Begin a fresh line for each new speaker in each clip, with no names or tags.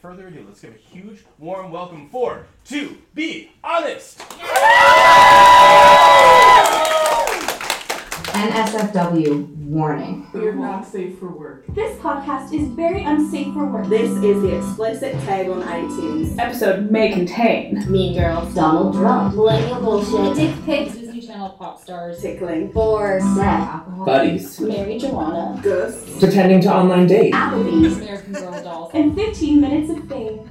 further ado, let's give a huge, warm welcome for To Be Honest.
NSFW warning.
We are not safe for work.
This podcast is very unsafe for work.
This is the explicit tag on iTunes.
episode may contain.
Mean Girls,
Donald Trump.
Millennial Bullshit, Dick Pics,
Disney Channel pop stars.
Tickling.
Boars,
Sex. Alcohol.
buddies,
Mary Joanna,
Ghosts.
Pretending to online date.
Applebee's.
American Girl dolls.
And 15 minutes of fame.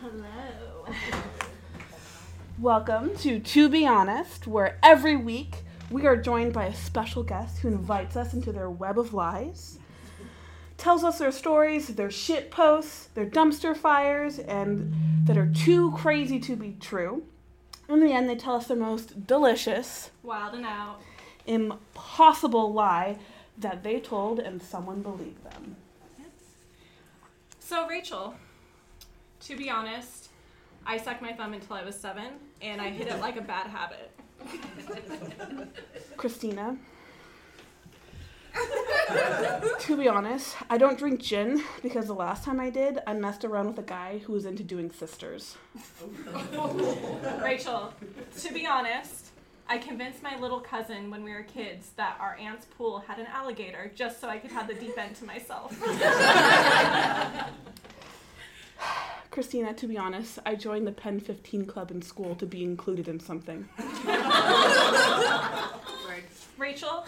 Hello. Welcome to To Be Honest, where every week we are joined by a special guest who invites us into their web of lies, tells us their stories, their shit posts, their dumpster fires, and that are too crazy to be true. In the end, they tell us the most delicious,
Wild and out.
impossible lie that they told and someone believed them.
So, Rachel, to be honest, I sucked my thumb until I was seven, and I hit it like a bad habit.
Christina. to be honest, I don't drink gin because the last time I did, I messed around with a guy who was into doing sisters.
Rachel, to be honest, I convinced my little cousin when we were kids that our aunt's pool had an alligator just so I could have the deep end to myself.
Christina, to be honest, I joined the Penn 15 club in school to be included in something.
Rachel,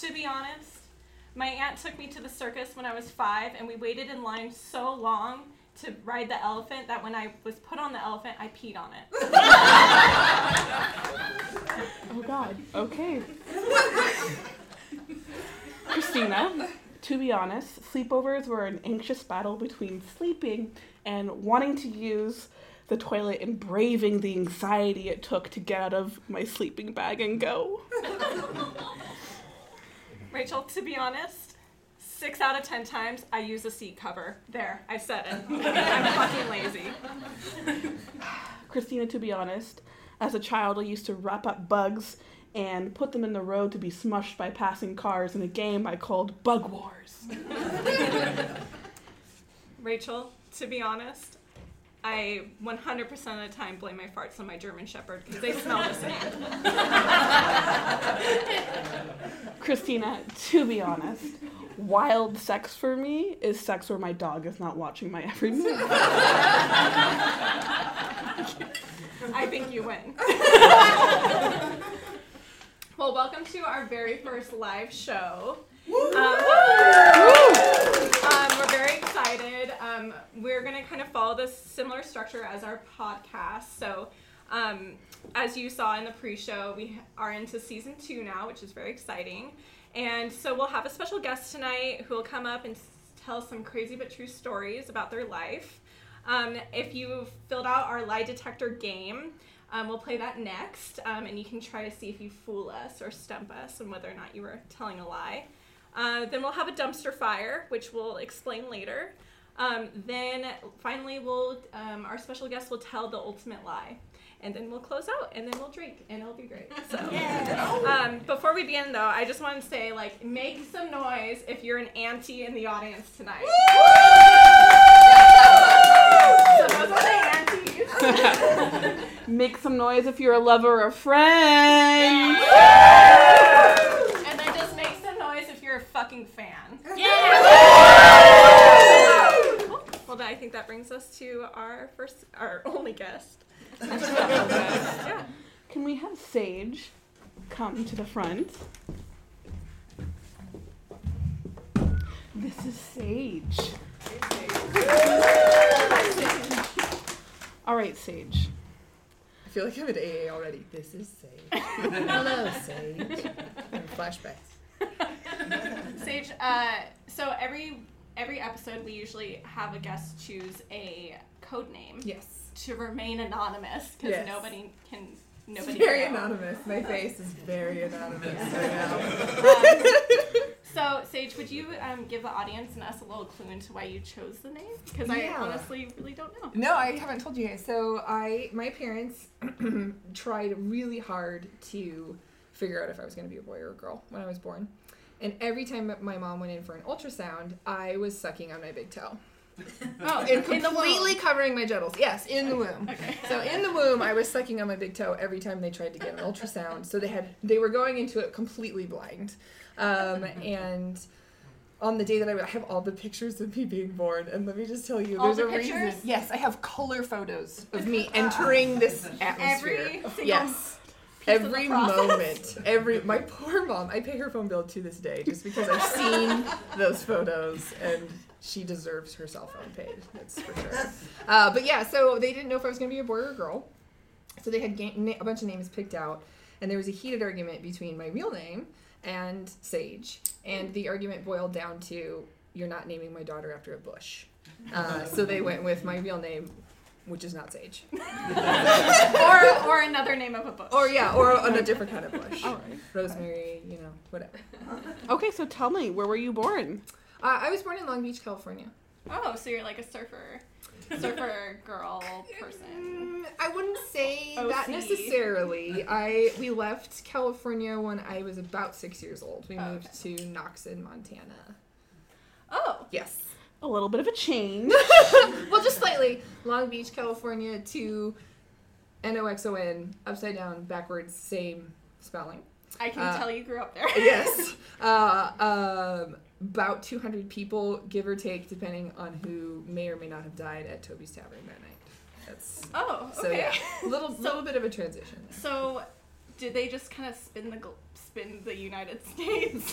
to be honest, my aunt took me to the circus when I was five, and we waited in line so long to ride the elephant that when I was put on the elephant, I peed on it.
Oh god. Okay. Christina, to be honest, sleepovers were an anxious battle between sleeping and wanting to use the toilet and braving the anxiety it took to get out of my sleeping bag and go.
Rachel, to be honest, six out of ten times I use a seat cover. There, I said it. I'm fucking lazy.
Christina, to be honest, as a child, I used to wrap up bugs and put them in the road to be smushed by passing cars in a game I called Bug Wars.
Rachel, to be honest, I 100% of the time blame my farts on my German Shepherd because they smell the same.
Christina, to be honest, wild sex for me is sex where my dog is not watching my every move.
I think you win. well, welcome to our very first live show. Um, um, we're very excited. Um, we're going to kind of follow this similar structure as our podcast. So, um, as you saw in the pre show, we are into season two now, which is very exciting. And so, we'll have a special guest tonight who will come up and s- tell some crazy but true stories about their life. Um, if you filled out our lie detector game, um, we'll play that next, um, and you can try to see if you fool us or stump us and whether or not you were telling a lie. Uh, then we'll have a dumpster fire, which we'll explain later. Um, then finally, we'll um, our special guest will tell the ultimate lie, and then we'll close out, and then we'll drink, and it'll be great. So, um, before we begin, though, I just want to say, like, make some noise if you're an auntie in the audience tonight. So those are the aunties.
Make some noise if you're a lover or friend.
And then just make some noise if you're a fucking fan. Cool. Well, then I think that brings us to our first, our only guest. yeah.
Can we have Sage come to the front? This is Sage. All right, Sage.
I feel like I'm at AA already. This is Sage. Hello, Sage. And flashbacks.
Sage, uh, so every every episode we usually have a guest choose a code name
Yes.
to remain anonymous because
Yes.
nobody can
It's
nobody
very
can know.
anonymous. My face is very anonymous right now.
Um, So, Sage, would you um, give the audience and us a little clue into why you chose the name? Because
Yeah.
I honestly really don't know.
No, I haven't told you guys. So I, my parents tried really hard to figure out if I was going to be a boy or a girl when I was born. And every time that my mom went in for an ultrasound, I was sucking on my big toe.
Oh,
And completely covering my genitals. Yes, in the womb.
Okay.
So in the womb, I was sucking on my big toe every time they tried to get an ultrasound. So they had they were going into it completely blind, um, and on the day that I, I have all the pictures of me being born, and let me just tell you,
All
there's
the
a reason.
pictures?
Yes, I have color photos of me entering this atmosphere.
Every single
yes.
piece of the
Every
process.
moment, every my poor mom. I pay her phone bill to this day just because I've seen those photos, and she deserves her cell phone paid. That's for sure. Uh, but yeah, so they didn't know if I was going to be a boy or a girl. So they had ga- na- a bunch of names picked out, and there was a heated argument between my real name and Sage. And the argument boiled down to you're not naming my daughter after a bush. Uh, so they went with my real name, which is not Sage.
or, or another name of a book.
Or, yeah, or on a different kind of bush. Rosemary, you know, whatever.
Okay, so tell me, where were you born?
Uh, I was born in Long Beach, California.
Oh, so you're like a surfer, surfer girl person.
Mm, I wouldn't say that
OC.
necessarily. I we left California when I was about six years old. We
Oh,
moved to Knoxon, Montana.
Oh,
Yes.
A little bit of a change.
Well, just slightly. Long Beach, California to N O X O N, upside down, backwards, same spelling.
I can
Uh,
tell you grew up there.
Yes. Uh, um, about 200 people, give or take, depending on who may or may not have died at Toby's Tavern that night. That's
Oh,
so
okay.
yeah. Little little bit of a transition. there.
So, did they just kind of spin the gl- spin the United States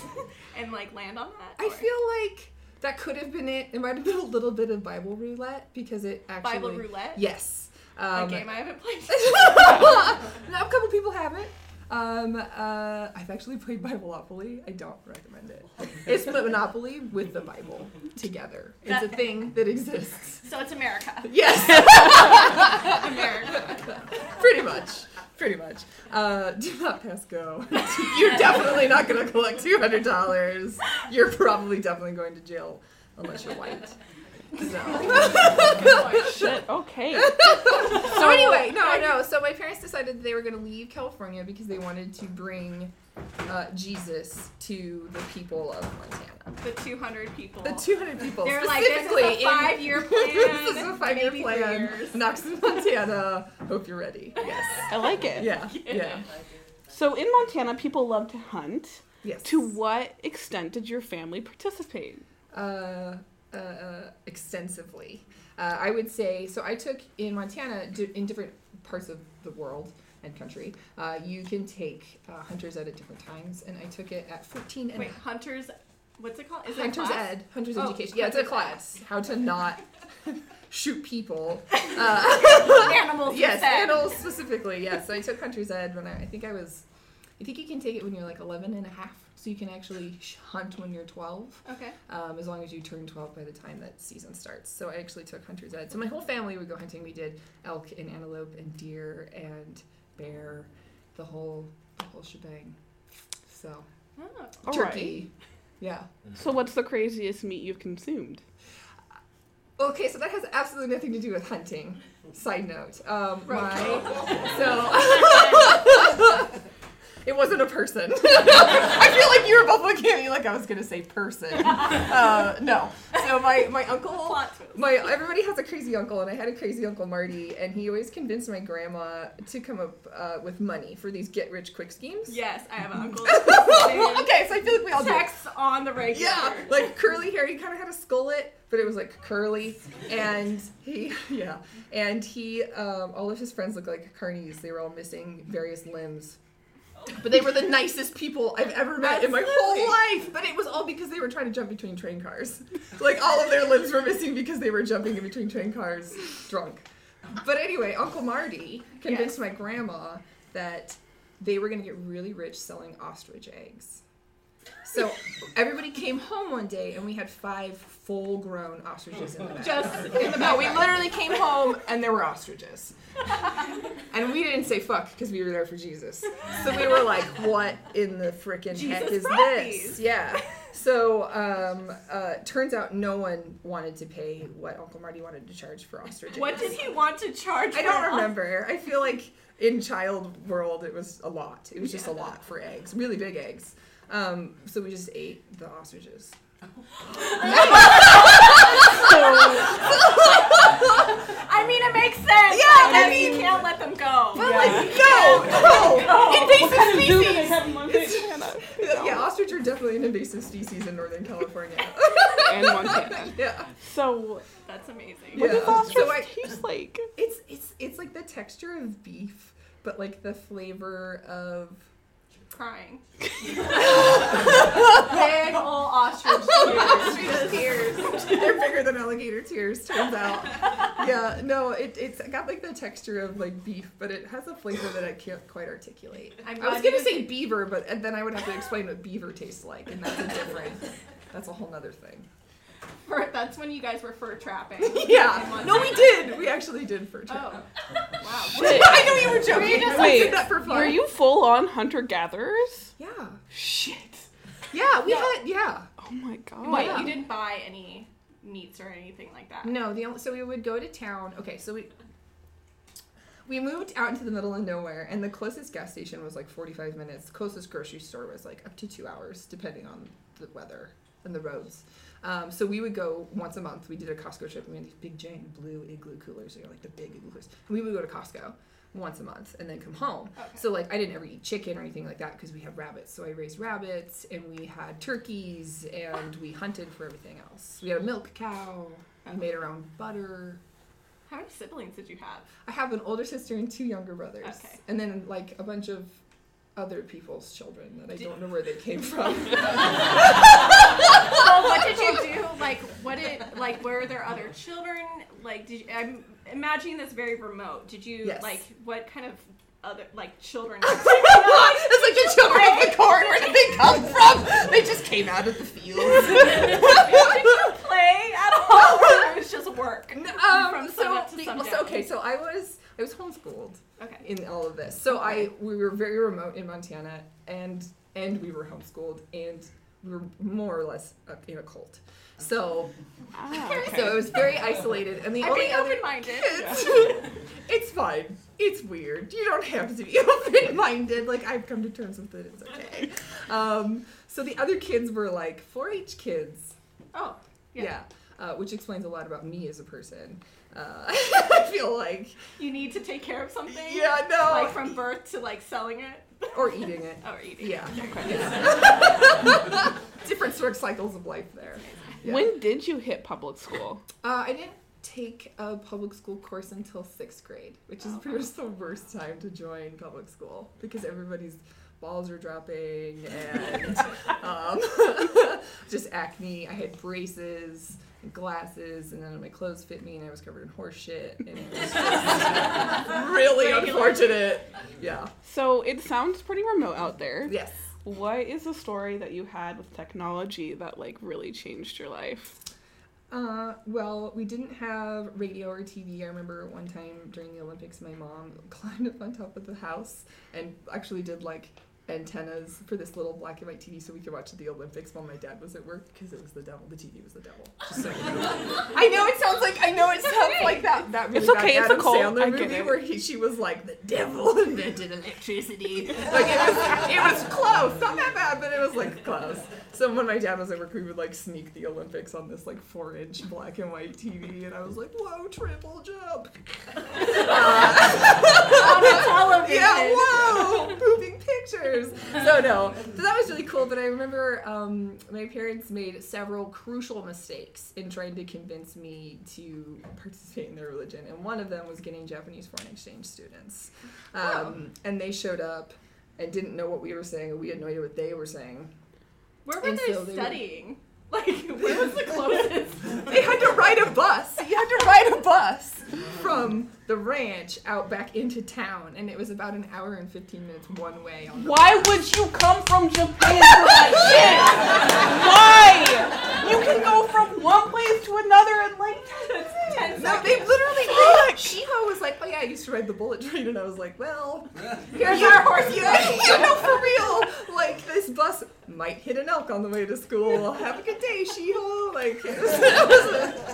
and like land on that?
I
or-
feel like that could have been it. It might have been a little bit of Bible roulette because it actually
Bible roulette.
Yes.
A
Um,
game I haven't played.
now, a couple people haven't. Um, uh, I've actually played Bibleopoly. I don't recommend it. It's Monopoly with the Bible together. It's a
That-
thing that exists.
so it's America.
Yes,
America.
pretty much. Pretty much. Uh, do not pass go. You're definitely not going to collect $200. You're probably definitely going to jail unless you're white. So.
Shit, okay.
So anyway, no, no. So my parents decided that they were going to leave California because they wanted to bring uh, Jesus to the people of Montana.
The 200 people.
The 200 people
They're like, this
specifically.
is a five-year plan.
in, this is a five-year
maybe three
plan.
years."
Knoxville, Montana. Hope you're ready. Yes.
I like it.
Yeah. Yeah.
So in Montana, people love to hunt.
Yes.
To what extent did your family participate?
uh, uh, extensively. Uh, I would say so. I took in Montana di- in different parts of the world and country. Uh, you can take uh, hunters ed at different times, and I took it at 14 and
Wait, hunters. What's it called? Is it a
hunters
class?
ed, hunters
Oh,
education. Yeah, it's a
hunters ed.
class. How to not shoot people. Uh,
Animals. you
yes,
said.
animals specifically. Yes, so I took hunters ed when I, I think I was. I think you can take it when you're like 11 and a half, so you can actually sh- hunt when you're 12.
Okay.
um, as long as you turn 12 by the time that season starts. So I actually took hunter's ed. So my whole family would go hunting. We did elk and antelope and deer and bear, the whole the whole shebang. So
Oh.
All
turkey, yeah.
right. So what's the craziest meat you've consumed?
Okay, so that has absolutely nothing to do with hunting. Side note, um, my so it wasn't a person. I feel like you were both looking at me like I was gonna say person. Uh, no, so my my uncle
Plot twist.
my everybody has a crazy uncle, and I had a crazy uncle Marty, and he always convinced my grandma to come up uh, with money for these get rich quick schemes.
Yes, I have an uncle.
Well, okay, so I feel like we all do.
Sex on the regular.
Yeah, like curly hair. He kind of had a skullet, but it was like curly, and he yeah, and he um, all of his friends looked like carnies. They were all missing various limbs. But they were the nicest people I've ever met in my whole life. But it was all because they were trying to jump between train cars. Like all of their limbs were missing because they were jumping in between train cars drunk. But anyway, Uncle Marty convinced my grandma that they were going to get really rich selling ostrich eggs. So everybody came home one day and we had five full grown ostriches in the bag.
Just
in the bag. We literally came home and there were ostriches. And we didn't say fuck because we were there for Jesus. So we were like, what in the frickin' heck
Jesus
is
brought
this?
these.
Yeah. So um, uh, turns out no one wanted to pay what Uncle Marty wanted to charge for ostrich.
What
eggs.
did he want to charge?
I
for
don't
an
remember. I feel like in child world it was a lot. It was just a lot for eggs, really big eggs. Um, so we just ate the ostriches.
os- I mean, it makes sense. Yeah,
I
you
mean-
can't let them go.
But like no, no,
What kind of zoo do they have in Montana?
yeah, ostrich are definitely an invasive species in Northern California.
And Montana.
yeah,
So,
That's amazing.
what does
Yeah.
ostrich
So I-
taste like?
it's it's it's like the texture of beef, but like the flavor of
Crying. Big ol' ostrich tears. tears.
They're bigger than alligator tears, turns out. Yeah, no, it, it's got like the texture of like beef, but it has a flavor that I can't quite articulate.
I'm
I was
glad you
gonna say beaver, but and then I would have to explain what beaver tastes like, and that's a different. That's a whole nother thing.
fur- That's when you guys were fur trapping. In
Yeah.
Montana.
No, we did. We actually did for trip.
Oh. Wow.
Oh.
I know you were joking.
you just,
I
like,
did that for fun.
Are you full on hunter gatherers?
Yeah.
Shit.
Yeah, we had yeah.
Oh my god.
Wait,
Yeah.
you didn't buy any meats or anything like that.
No, the only, so we would go to town. Okay, so we we moved out into the middle of nowhere, and the closest gas station was like 45 minutes. closest grocery store was like up to two hours, depending on the weather and the roads. Um, so we would go once a month. We did a Costco trip, and we had these big giant blue igloo coolers. They're like the big igloo coolers. And we would go to Costco once a month and then come home. So like I didn't ever eat chicken or anything like that because we have rabbits. So I raised rabbits, and we had turkeys, and we hunted for everything else. We had a milk cow. We made our own butter.
How many siblings did you have?
I have an older sister and two younger brothers.
Okay.
And then like a bunch of other people's children that I don't know where they came from.
Well, what did you do? Like, what did like? Were there other children? Like, did you, I'm imagining this very remote. Did you
Yes.
like what kind of other like children?
what? It's like the children of the corn. Where did they come from? They just came out of the fields.
play at all? Or it was just work.
um,
From
so,
sunup to
the-
sundown.
so okay, so I was I was homeschooled.
Okay.
in all of this. So I we were very remote in Montana, and and we were homeschooled, and we were more or less uh, in a cult. So
Ah,
so it was very isolated, and the
I'm
only
being
other
open-minded.
kids. it's fine. It's weird. You don't have to be open-minded. Like I've come to terms with it. It's okay. Um, so the other kids were like 4-H kids.
Oh.
Yeah.
Yeah.
Uh, which explains a lot about me as a person. Uh, I feel like,
You need to take care of something.
yeah, no,
Like from birth to like selling it Oh,
or eating it.
or eating.
Yeah. Different sort of cycles of life there. Yeah.
When did you hit public school?
Uh, I didn't take a public school course until sixth grade, which is pretty much the worst time to join public school because everybody's balls are dropping and um, just acne. I had braces. and Glasses, and none of my clothes fit me, and I was covered in horse shit, and it was just really unfortunate. Yeah.
So it sounds pretty remote out there.
Yes.
What is a story that you had with technology that like really changed your life?
Uh, well, we didn't have radio or TV. I remember one time during the Olympics, my mom climbed up on top of the house and actually did like antennas for this little black and white TV so we could watch the Olympics while my dad was at work because it was the devil. The TV was the devil. Just so you know. I know it sounds like I know it sounds like that that really
It's
bad
okay, it's a
Adam
cult,
Sandler
I get
movie
it.
where he, she was like the devil invented electricity. like it was it was close, not that bad, but it was like close. So when my dad was at work, we would like sneak the Olympics on this like four-inch black and white TV, and I was like, "Whoa, triple jump!" Yeah, whoa, moving pictures. So no, so that was really cool. But I remember um, my parents made several crucial mistakes in trying to convince me to participate in their religion, and one of them was getting Japanese foreign exchange students, um, and they showed up and didn't know what we were saying, and we had no idea what they were saying.
Where were
And
they
so they were-
studying? Like, where was the closest?
They had to ride a bus. You had to ride a bus from the ranch out back into town, and it was about an hour and fifteen minutes one way on
Why would you come from Japan for that shit? Why? You can go from one place to another in like 10 seconds.
No, they literally. They, Shiho was like, "Oh yeah, I used to ride the bullet train," and I was like, "Well, here's our horse." Yeah, you know, for real. Like this bus might hit an elk on the way to school. Have a good day, She-Ho. Like it was,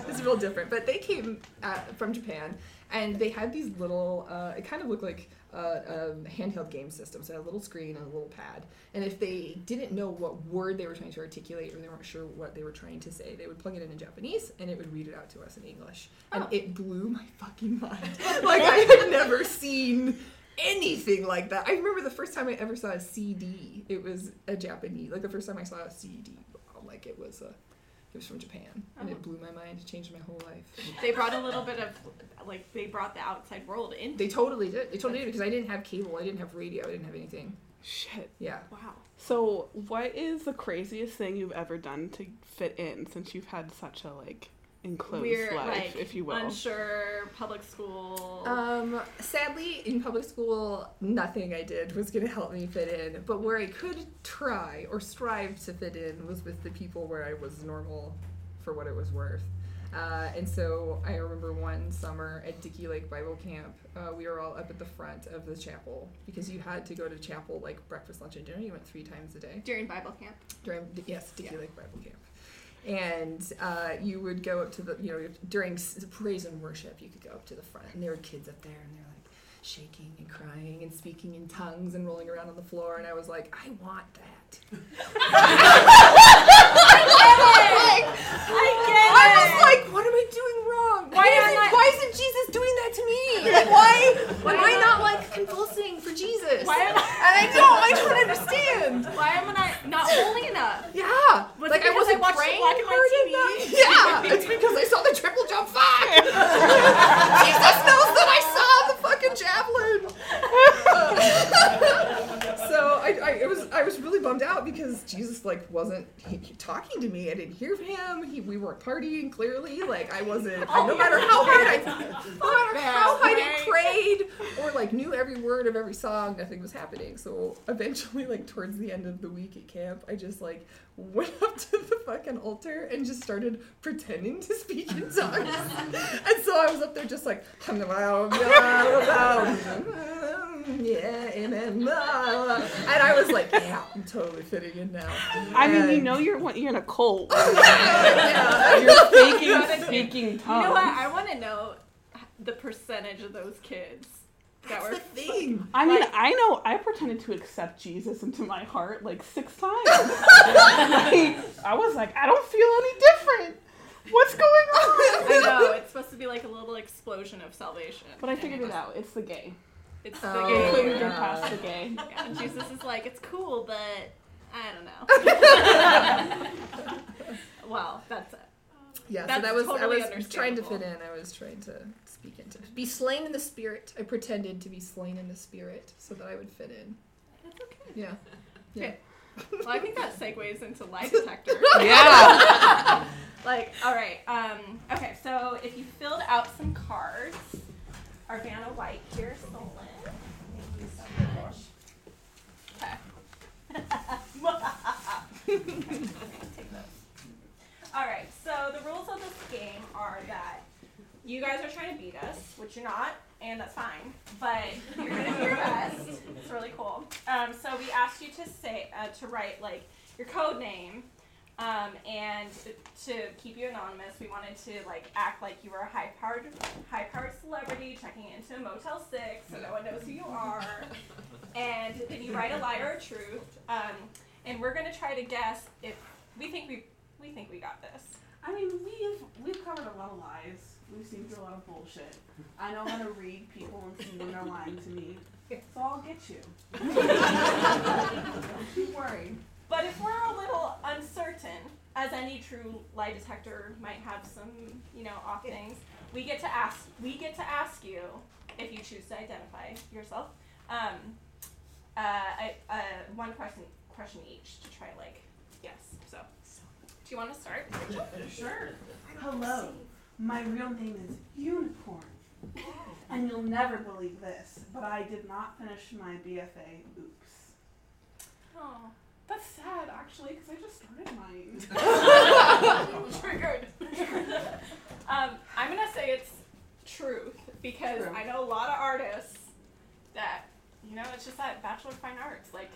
it was, real different. But they came at, from Japan, and they had these little. Uh, it kind of looked like uh, a handheld game system. So it had a little screen and a little pad. And if they didn't know what word they were trying to articulate, or they weren't sure what they were trying to say, they would plug it in in Japanese, and it would read it out to us in English. And it blew my fucking mind. like I had never seen anything like that. I remember the first time I ever saw a CD. It was a Japanese, like the first time I saw a CD, like it was a, it was from Japan, and it blew my mind. It changed my whole life.
They brought a little bit of, like, they brought the outside world in.
They totally did. They totally did because I didn't have cable. I didn't have radio. I didn't have anything.
Shit.
Yeah.
Wow.
So, what is the craziest thing you've ever done to fit in since you've had such a like enclosed
We're
life,
like
if you will?
unsure public school.
Um, sadly, in public school, nothing I did was going to help me fit in. But where I could try or strive to fit in was with the people where I was normal for what it was worth. Uh, and so I remember one summer at Dickey Lake Bible Camp, uh, we were all up at the front of the chapel because you had to go to chapel like breakfast, lunch, and dinner. You went three times a day
during Bible camp.
during yes Dickey Lake Bible Camp, and uh, you would go up to the you know during s- praise and worship you could go up to the front and there were kids up there and they're like shaking and crying and speaking in tongues and rolling around on the floor and I was like I want that. I was like, what am I doing wrong? Why, isn't, why isn't Jesus doing that to me? Like, why? Why, am I not like convulsing for Jesus?
Why am I-
and I don't. I don't understand.
Why am I not holy enough?
Yeah.
Was it because I watched
praying
Black and White
enough. Yeah, it's because I saw the triple jump. Fuck! Jesus knows that I saw the fucking javelin. Uh, so I, I, it was, I was really bummed out because Jesus like wasn't he, he talking to me. I didn't hear him. He, we weren't partying clearly. Like I wasn't.
Oh,
I, no matter how hard I, no matter how hard I prayed or like knew every word of every song, nothing was happening. So eventually, like towards the end of the week at camp, I just like went up to the fucking altar and just started pretending to speak in tongues. and so I was up there just like, yeah, amen. blah." And I was like, yeah, I'm totally fitting in now.
I mean, you
And-
know, you're one- you're in a cult.
Yeah.
You're faking speaking
You
tongues.
know what? I want to know the percentage of those kids that
That's
were.
the thing.
I mean,
Like-
I know I pretended to accept Jesus into my heart like six times. Like, I was like, I don't feel any different. What's going on?
I know it's supposed to be like a little explosion of salvation.
But I figured it out. It's the gay.
It's the
Oh,
game.
Clearly, they're
yeah.
past the gay.
Yeah, Jesus is like, it's cool, but I don't know. well, that's it.
Yeah,
That's
so that was I
totally
was trying to fit
understandable.
in. I was trying to speak into be slain in the spirit. I pretended to be slain in the spirit so that I would fit in.
That's okay.
Yeah.
Well, I think that segues into lie detector.
Yeah.
like, all right. Um, okay, so if you filled out some cards, Arvana White here, Solon. Thank you so much. Okay. Take those. All right. So the rules of this game are that you guys are trying to beat us, which you're not, and that's fine. But you're gonna do your best. It's really cool. Um, so we asked you to say uh, to write like your code name, um, and to keep you anonymous, we wanted to like act like you were a high-powered, high-powered celebrity checking into a Motel Six, so no one knows who you are. And then you write a lie or a truth, um, and we're gonna try to guess if we think we we think we got this.
I mean, we've we've covered a lot of lies. We've seen through a lot of bullshit. I know how to read people and see when they're lying to me. So I'll get you. Don't you worry.
But if we're a little uncertain, as any true lie detector might have some, you know, off things, we get to ask. We get to ask you if you choose to identify yourself. Um, uh, I, uh, one question, question each to try like yes. So, do you want to start?
Sure. Hello. My real name is Unicorn. And you'll never believe this, but I did not finish my BFA. Oops.
Oh,
That's sad, actually, because I just started mine.
triggered. um, I'm gonna say it's truth because
True.
I know a lot of artists that you know it's just that bachelor of fine arts like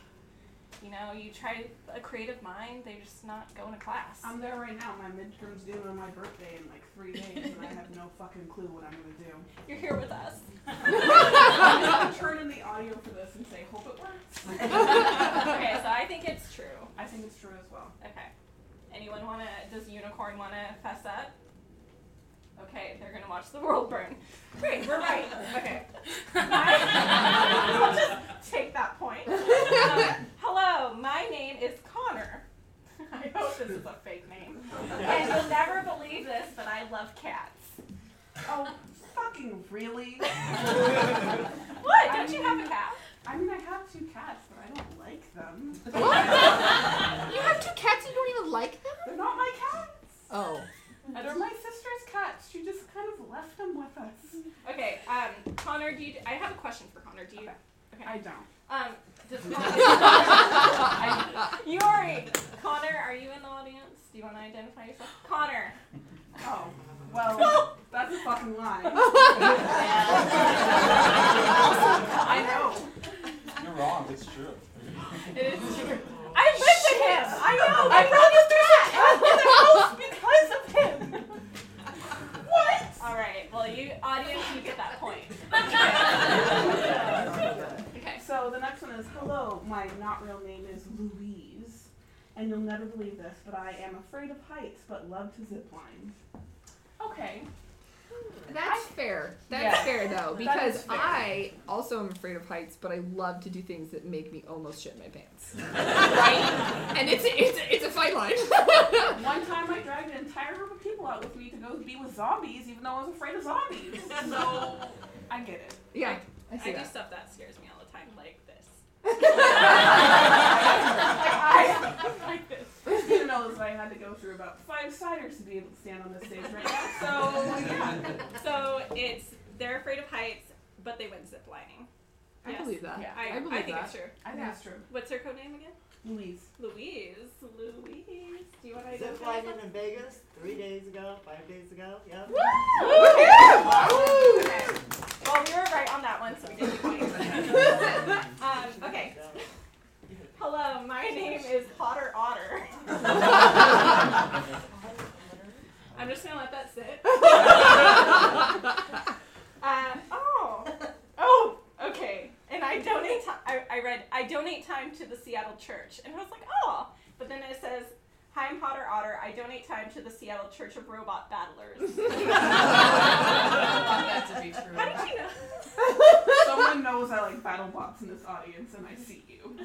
You know, you try a creative mind, they're just not going to class.
I'm there right now. My midterm's due on my birthday in like three days, and I have no fucking clue what I'm gonna do.
You're here with us.
I'm gonna turn in the audio for this and say, hope it works.
okay, so I think it's true.
I think it's true as well.
Okay. Anyone wanna? Does Unicorn wanna fess up? Okay, they're gonna watch the world burn. Great, we're right. Okay. I'll just take that point. Um, hello, my name is Connor. I hope this is a fake name. And you'll never believe this, but I love cats.
Oh, fucking really?
What? Don't you have a cat?
I mean, I have two cats, but I don't like them.
You have two cats and you don't even like them?
They're not my cats.
Oh.
They're my sister's cats. She just kind of left them with us.
Okay, um, Connor, do you? I have a question for Connor. Do you?
I don't.
Um, does Connor, you are a- Connor. Are you in the audience? Do you want to identify yourself, Connor?
Oh, well, that's a fucking lie. I know.
You're wrong. It's true.
It is true. I live with him. I know.
I brought this to the house because of him.
All right. Well, you audience, you get that point. okay.
So the next one is hello. My not real name is Louise, and you'll never believe this, but I am afraid of heights, but love to zip line.
Okay.
That's fair. That's
Yeah.
fair though,
That
because
is fair.
I also am afraid of heights, but I love to do things that make me almost shit my pants. right? And it's it's it's a fine line.
One time I dragged an entire group of people out with me to go be with zombies, even though I was afraid of zombies. So I get it.
yeah. I
I
see
do
that.
stuff that scares me all the time, like this.
I,
Like this.
I didn't know this, but I had to go through about five ciders to be able to stand on this stage right now. So yeah.
So it's they're afraid of heights, but they went zip lining.
I
Yes.
believe that.
Yeah,
I,
I believe
think
that.
it's true.
I think that's true.
What's her code name again?
Louise.
Louise, Louise, do you want to
Zip
identify?
lining in Vegas three days ago, five days ago. Yep.
Okay. Well, we were right on that one, so we did get points. um, okay. Hello, my name is Potter Otter. I'm just gonna let that sit. uh, oh, oh, okay. And I donate. Ti- I, I read. I donate time to the Seattle Church, and I was like, oh. But then it says, "Hi, I'm Potter Otter. I donate time to the Seattle Church of Robot Battlers."
that to be true.
How did you know?
Someone knows I like battle bots in this audience, and I see you.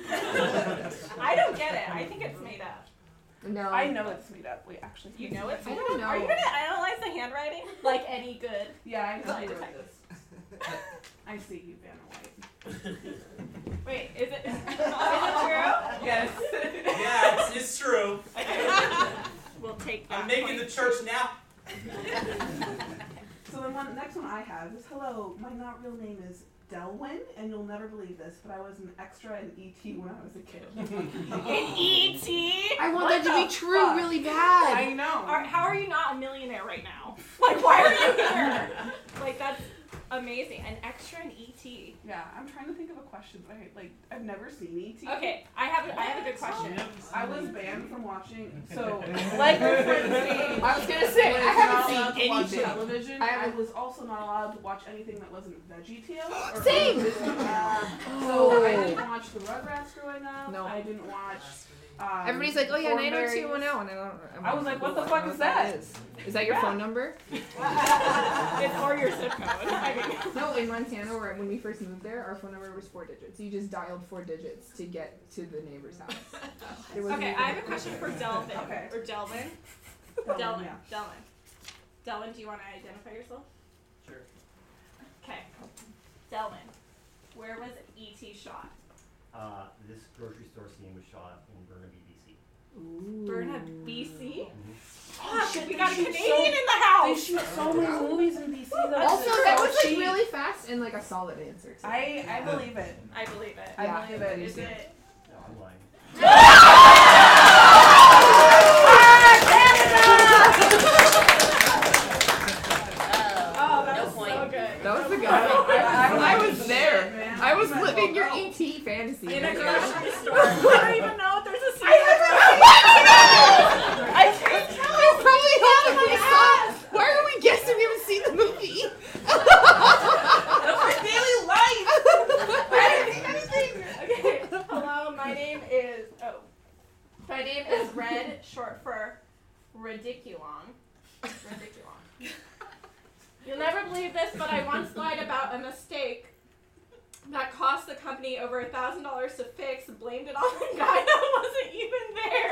I don't get it. I think it's made up.
No.
I know it's made up. Wait, actually,
You know it's
I
made
don't
up. Are you
know.
gonna analyze the handwriting like any good?
yeah, I know.
Lie
you wrote
detector.
this. I see you, Vanna White.
Wait, is it is it true?
Yes.
Yeah, it's, it's true.
We'll take that.
I'm making
point.
the church now.
so the one next one I have is hello. My not real name is Delwyn, and you'll never believe this, but I was an extra in ET when I was a kid.
in ET.
I want
What
that to
the
be true
fuck?
really bad.
I know.
Are, how are you not a millionaire right now? Like, why are you here? Like, that's amazing. An E extra in ET.
Yeah, I'm trying to think of a question, but I like I've never seen E ET.
Okay, I have a, I have a good question.
I was banned from watching, so
Like
like
your
your
friend
friend
Sage, I was gonna say,
was
I
not
haven't seen
allowed to watch
anything.
television.
I
I,
haven't-
was also not allowed to watch anything that wasn't VeggieTales. or
Same.
Disney Channel. So I
Oh.
didn't watch the Rugrats growing up.
No.
I didn't watch. Um,
Everybody's like, oh yeah,
Thornberry.
90210. And I, don't, I'm
I was like, what the
I
fuck
don't
is
know what
that?
is. Is that your
Yeah.
phone number?
Uh,
It's or your zip code. I mean,
No, in Montana, where when we first moved there, our phone number was four digits. You just dialed four digits to get to the neighbor's house. There wasn't
okay,
even-
I have a question for Delvin
Okay.
or Delvin.
Delwyn,
Delvin,
yeah.
Delvin. Delvin, do you want to identify yourself?
Sure.
Okay. Delvin, where was E.T. shot?
Uh, this grocery store scene was shot in Burnaby, BC.
Burnaby, B.C.?
Oh,
Fuck, Oh, we got a Canadian in the house!
They shoot Oh, so many movies in DC. Though,
Also,
so
that was like
cheap.
really fast and like a solid answer. too.
I I believe it.
I believe it.
I
Yeah,
believe
I
it.
believe
Is it?
No, I'm lying.
Oh, that
No
was
point.
so good.
that was the guy.
Uh, I,
I was there.
Man.
I was
You might as
living your
well go.
ET fantasy.
In a grocery store. I don't even oh. wrong. Ridiculous. You'll never believe this, but I once lied about a mistake that cost the company over a thousand dollars to fix. Blamed it on the guy that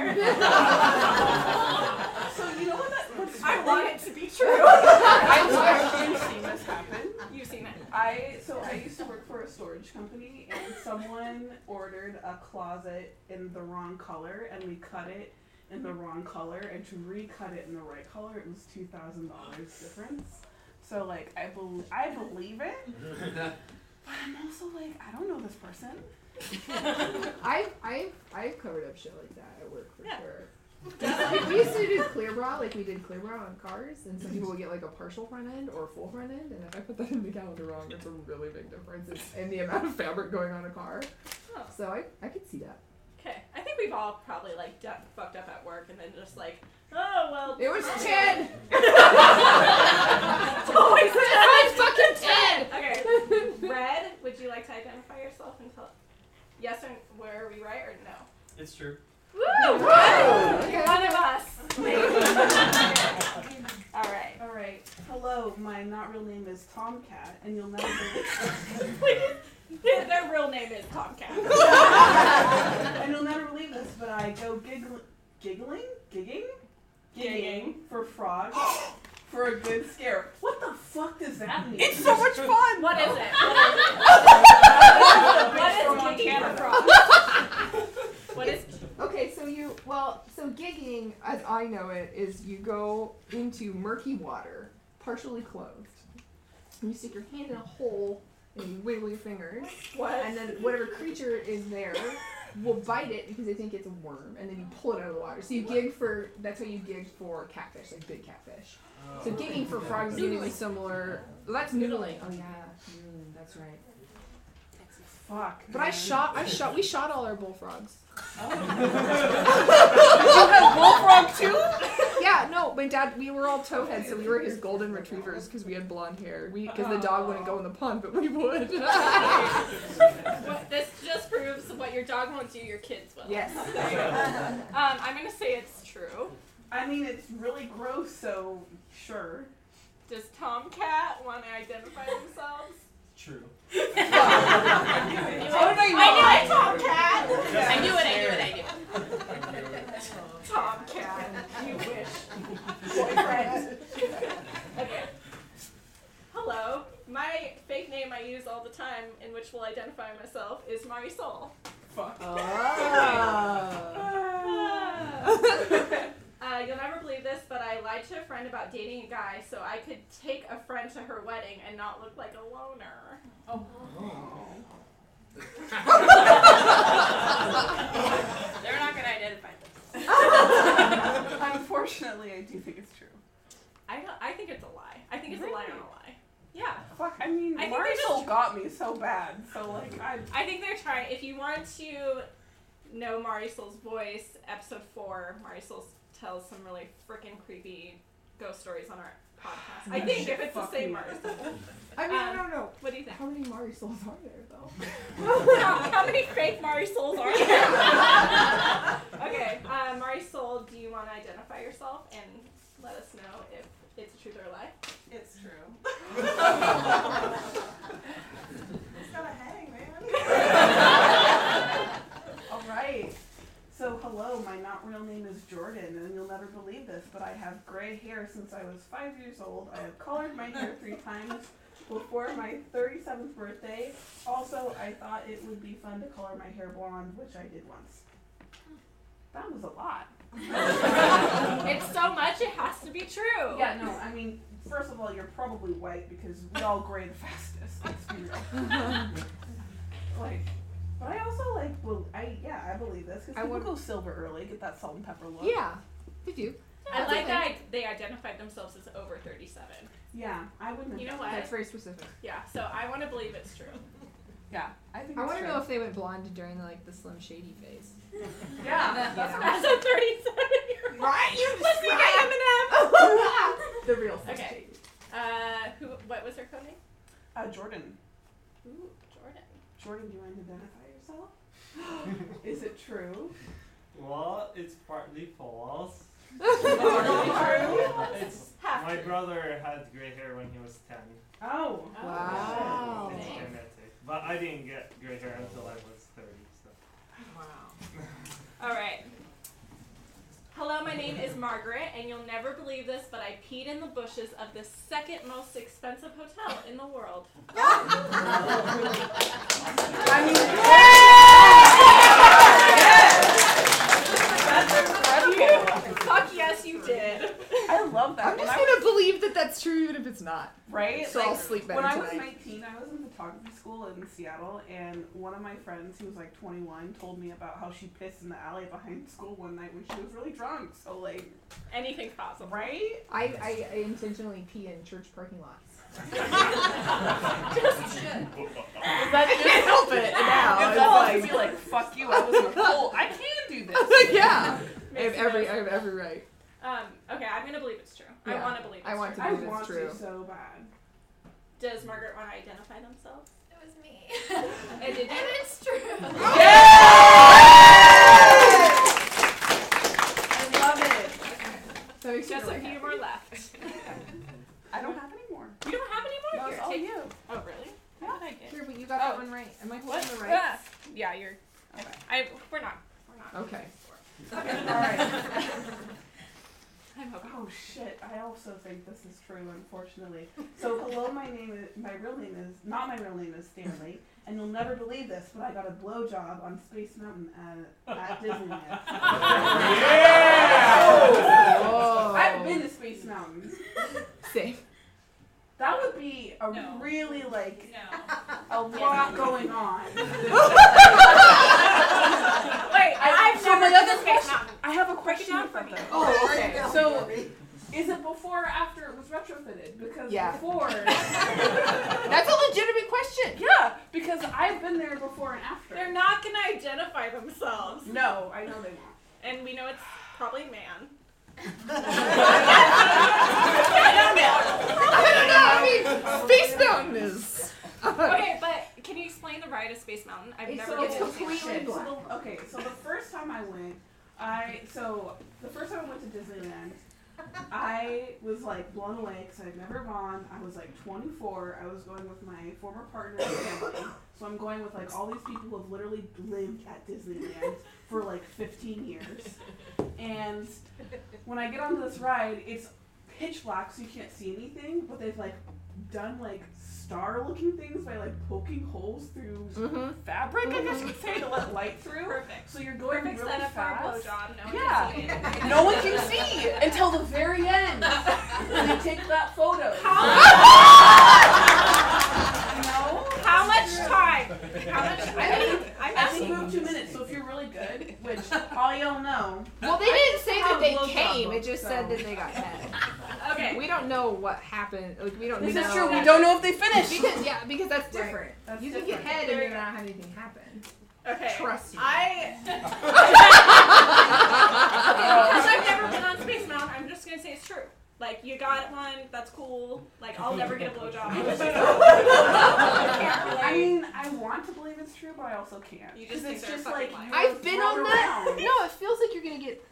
so you know what that
wasn't even there.
what's
I want it to be true.
I've actually seen this happen.
You've seen it.
I so I used to work for a storage company and someone ordered a closet in the wrong color and we cut it in the wrong color and to recut it in the right color it was two thousand dollars difference. So like I believe I believe it, but I'm also like I don't know this person.
I've, I've, I've covered up shit like that at work for
Yeah.
sure. we used to do clear bra, like we did clear bra on cars, and some people would get like a partial front end or a full front end, and if I put that in the calendar wrong, it's a really big difference in- in the amount of fabric going on a car.
Oh.
So I, I could see that.
Okay, I think we've all probably like done, fucked up at work and then just like, oh well.
It was
okay."
Ted!
It's always
It was fucking Ted!
Okay, Red, would you like to identify yourself and tell? Yes or were we right or no?
It's true.
Woo!
Okay.
One of us. all right.
All right, hello. My not real name is Tomcat, and you'll never believe
Their, their real name is Tomcat.
and you'll never believe this, but I go giggling, giggling, gigging, gigging
Gigging.
for frogs for a good scare. What the fuck does that mean?
It's so much fun.
What is it? What is gigging for frogs? What is
Okay, so you well, so gigging, as I know it, is you go into murky water, partially clothed, and you stick your hand in a hole and you wiggle your fingers,
what?
and then whatever creature is there will bite it because they think it's a worm, and then you pull it out of the water. So you gig for that's how you gig for catfish, like big catfish. So
Oh.
gigging for frogs is going to be similar. Well, that's noodling. Oh yeah, noodling. That's right.
Fuck.
But I
man. Oh.
shot. I shot. We shot all our bullfrogs.
Bullfrog too.
Yeah, no, my dad. We were all towheads, so we were his golden retrievers because we had blonde hair. We because the dog wouldn't go in the pond, but we would.
What, this just proves what your dog won't do, your kids will.
yes.
Um, I'm gonna say it's true.
I mean, it's really gross. So sure.
Does Tomcat want to identify themselves?
True.
I knew it, Tomcat.
I knew it, I knew it, I
knew it. Tomcat, you wish. Boyfriend. okay. Hello. My fake name I use all the time, in which will identify myself, is Marisol. Ah.
Oh.
Uh, you'll never believe this, but I lied to a friend about dating a guy so I could take a friend to her wedding and not look like a loner. They're not gonna identify this.
Unfortunately, I do think it's true.
I, don't- I think it's a lie. I think it's a lie on a lie. Yeah.
Fuck. I mean,
I think they
Marisol
just-
got me so bad. So like, I
I think they're trying. If you want to know Marisol's voice, episode four, Marisol tells some really freaking creepy ghost stories on our podcast. I think if it's the same Marisol.
I mean,
Um,
I don't know
What do you think?
how many Marisols are there though.
how, how many fake Marisols are there? okay, uh, Marisol, do you want to identify yourself and let us know if it's a truth or a lie?
it's true.
It's got a hang, man.
All right. So, hello, my not real name is Jordan, and you'll never believe this, but I have gray hair since I was five years old. I have colored my hair three times before my 37th birthday. Also, I thought it would be fun to color my hair blonde, which I did once. That was a lot.
it's so much, it has to be true.
Yeah, no, I mean, first of all, you're probably white because we all gray the fastest. Let's be real. like, but I also like, well, I yeah, I believe this because
I
people
would-
go silver early, get that salt and pepper look.
Yeah, they do.
I like that I- they identified themselves as over 37.
Yeah, I wouldn't.
You know what?
That's very specific.
Yeah, so I want to believe it's true.
Yeah, I think.
I
it's
want to
true.
know if they went blonde during like the Slim Shady phase.
Yeah, that's what I-
As a 37 year old.
Right? Oh, You
Listen to Eminem!
the real Slim
Okay.
Shady.
Uh, who, what was her code name?
uh, Jordan.
Ooh, Jordan.
Jordan, do you want to identify yourself? Is it true?
Well, it's partly false. It's, my brother had gray hair when he was 10.
Oh.
Wow.
It's genetic. But I didn't get gray hair until I was 30, so.
All right. Hello, my name is Margaret, and you'll never believe this, but I peed in the bushes of the second most expensive hotel in the world.
I mean,
Fuck yes, you did.
I love that.
I'm
When
just
I
gonna believe that that's true even if it's not.
Right?
So I'll sleep better
When I was
tonight.
19, I was in photography school in Seattle, and one of my friends, who was like 21, told me about how she pissed in the alley behind school one night when she was really drunk. So, like,
Anything's possible.
right?
I, I, I intentionally pee in church parking lots.
Just shit.
I
can't help it now.
It's
It's
all
like-
to be like, fuck you, I was in a pool. I can do this.
yeah. I have
Makes
every
sense.
I have every right.
Um, okay, I'm gonna believe it's true. I
Yeah.
want to believe it's
I want
true.
to
I
believe it's
want
true.
to so bad.
Does Margaret want to identify themselves?
It was me.
And did you?
it's true.
I love it.
That makes me
Just
really
a few
happy.
more left.
I don't have any more.
You don't have any
No,
more?
it's
Here,
all
take-
you.
Oh, really? How did I get?
Here, but you got
Oh.
that one right. Am I holding the right?
Yeah. Yeah, you're. Okay. I, we're not. We're not.
Okay.
All right.
I'm okay.
Oh shit! I also think this is true, unfortunately. So hello, my name is my real name is not my real name is Stanley, and you'll never believe this, but I got a blowjob on Space Mountain at, at Disneyland.
Oh.
I've been to Space Mountain.
Same.
That would be a
No.
really like
No.
a lot going on.
Wait, I've
so
never
my
done
other
this case mountain.
I have a question
down
about
for me.
that.
Oh,
okay. So is it before or after it was retrofitted? Because
Yeah.
before,
That's a legitimate question.
yeah, because I've been there before and after.
They're not gonna identify themselves,
no, I know they won't.
and we know it's probably man.
I don't know. I mean, Space Mountain is.
Okay, but can you explain the ride of Space Mountain? I've
It's
never.
so-
been
It's
to-
completely
Shit. So
black.
the- okay, so the first time I went, I so the first time I went to Disneyland, I was like blown away because I'd never gone. I was like 24. I was going with my former partner and family, so I'm going with like all these people who have literally lived at Disneyland for like 15 years. And when I get onto this ride, it's pitch black, so you can't see anything. But they've like done like star-looking things by like poking holes through
Mm-hmm.
fabric, I guess you could say, to let light through.
Perfect.
So you're going
Perfect
really
setup for a
fast.
blowjob. No one
Yeah.
can see anything.
No one can see until the very end when they take that photo. No?
How much time? How much? I mean, I'm
I think
asking.
you have two minutes, so if you're really good, which all y'all know,
Well, they didn't say
have
that they
blowjob
came. It
books,
just
so-
said that they got head.
Okay.
We don't know what happened. Like we don't.
this
know.
is true. We don't know if they finished.
Because yeah, because that's
Right.
different.
That's
You can get
different.
head
There
and
you
then
go.
not have anything happen.
Okay.
Trust you.
I. because I've never been on Space Mountain, I'm just gonna say it's true. Like you got one, that's cool. Like I'll never get a blowjob. I just don't
I
care.
mean, I want to believe it's true, but I also can't.
You just
'Cause
think
it's
they're a
just like
fucking liar.
you're
I've been
thrown
on that.
around.
No, it feels like you're gonna get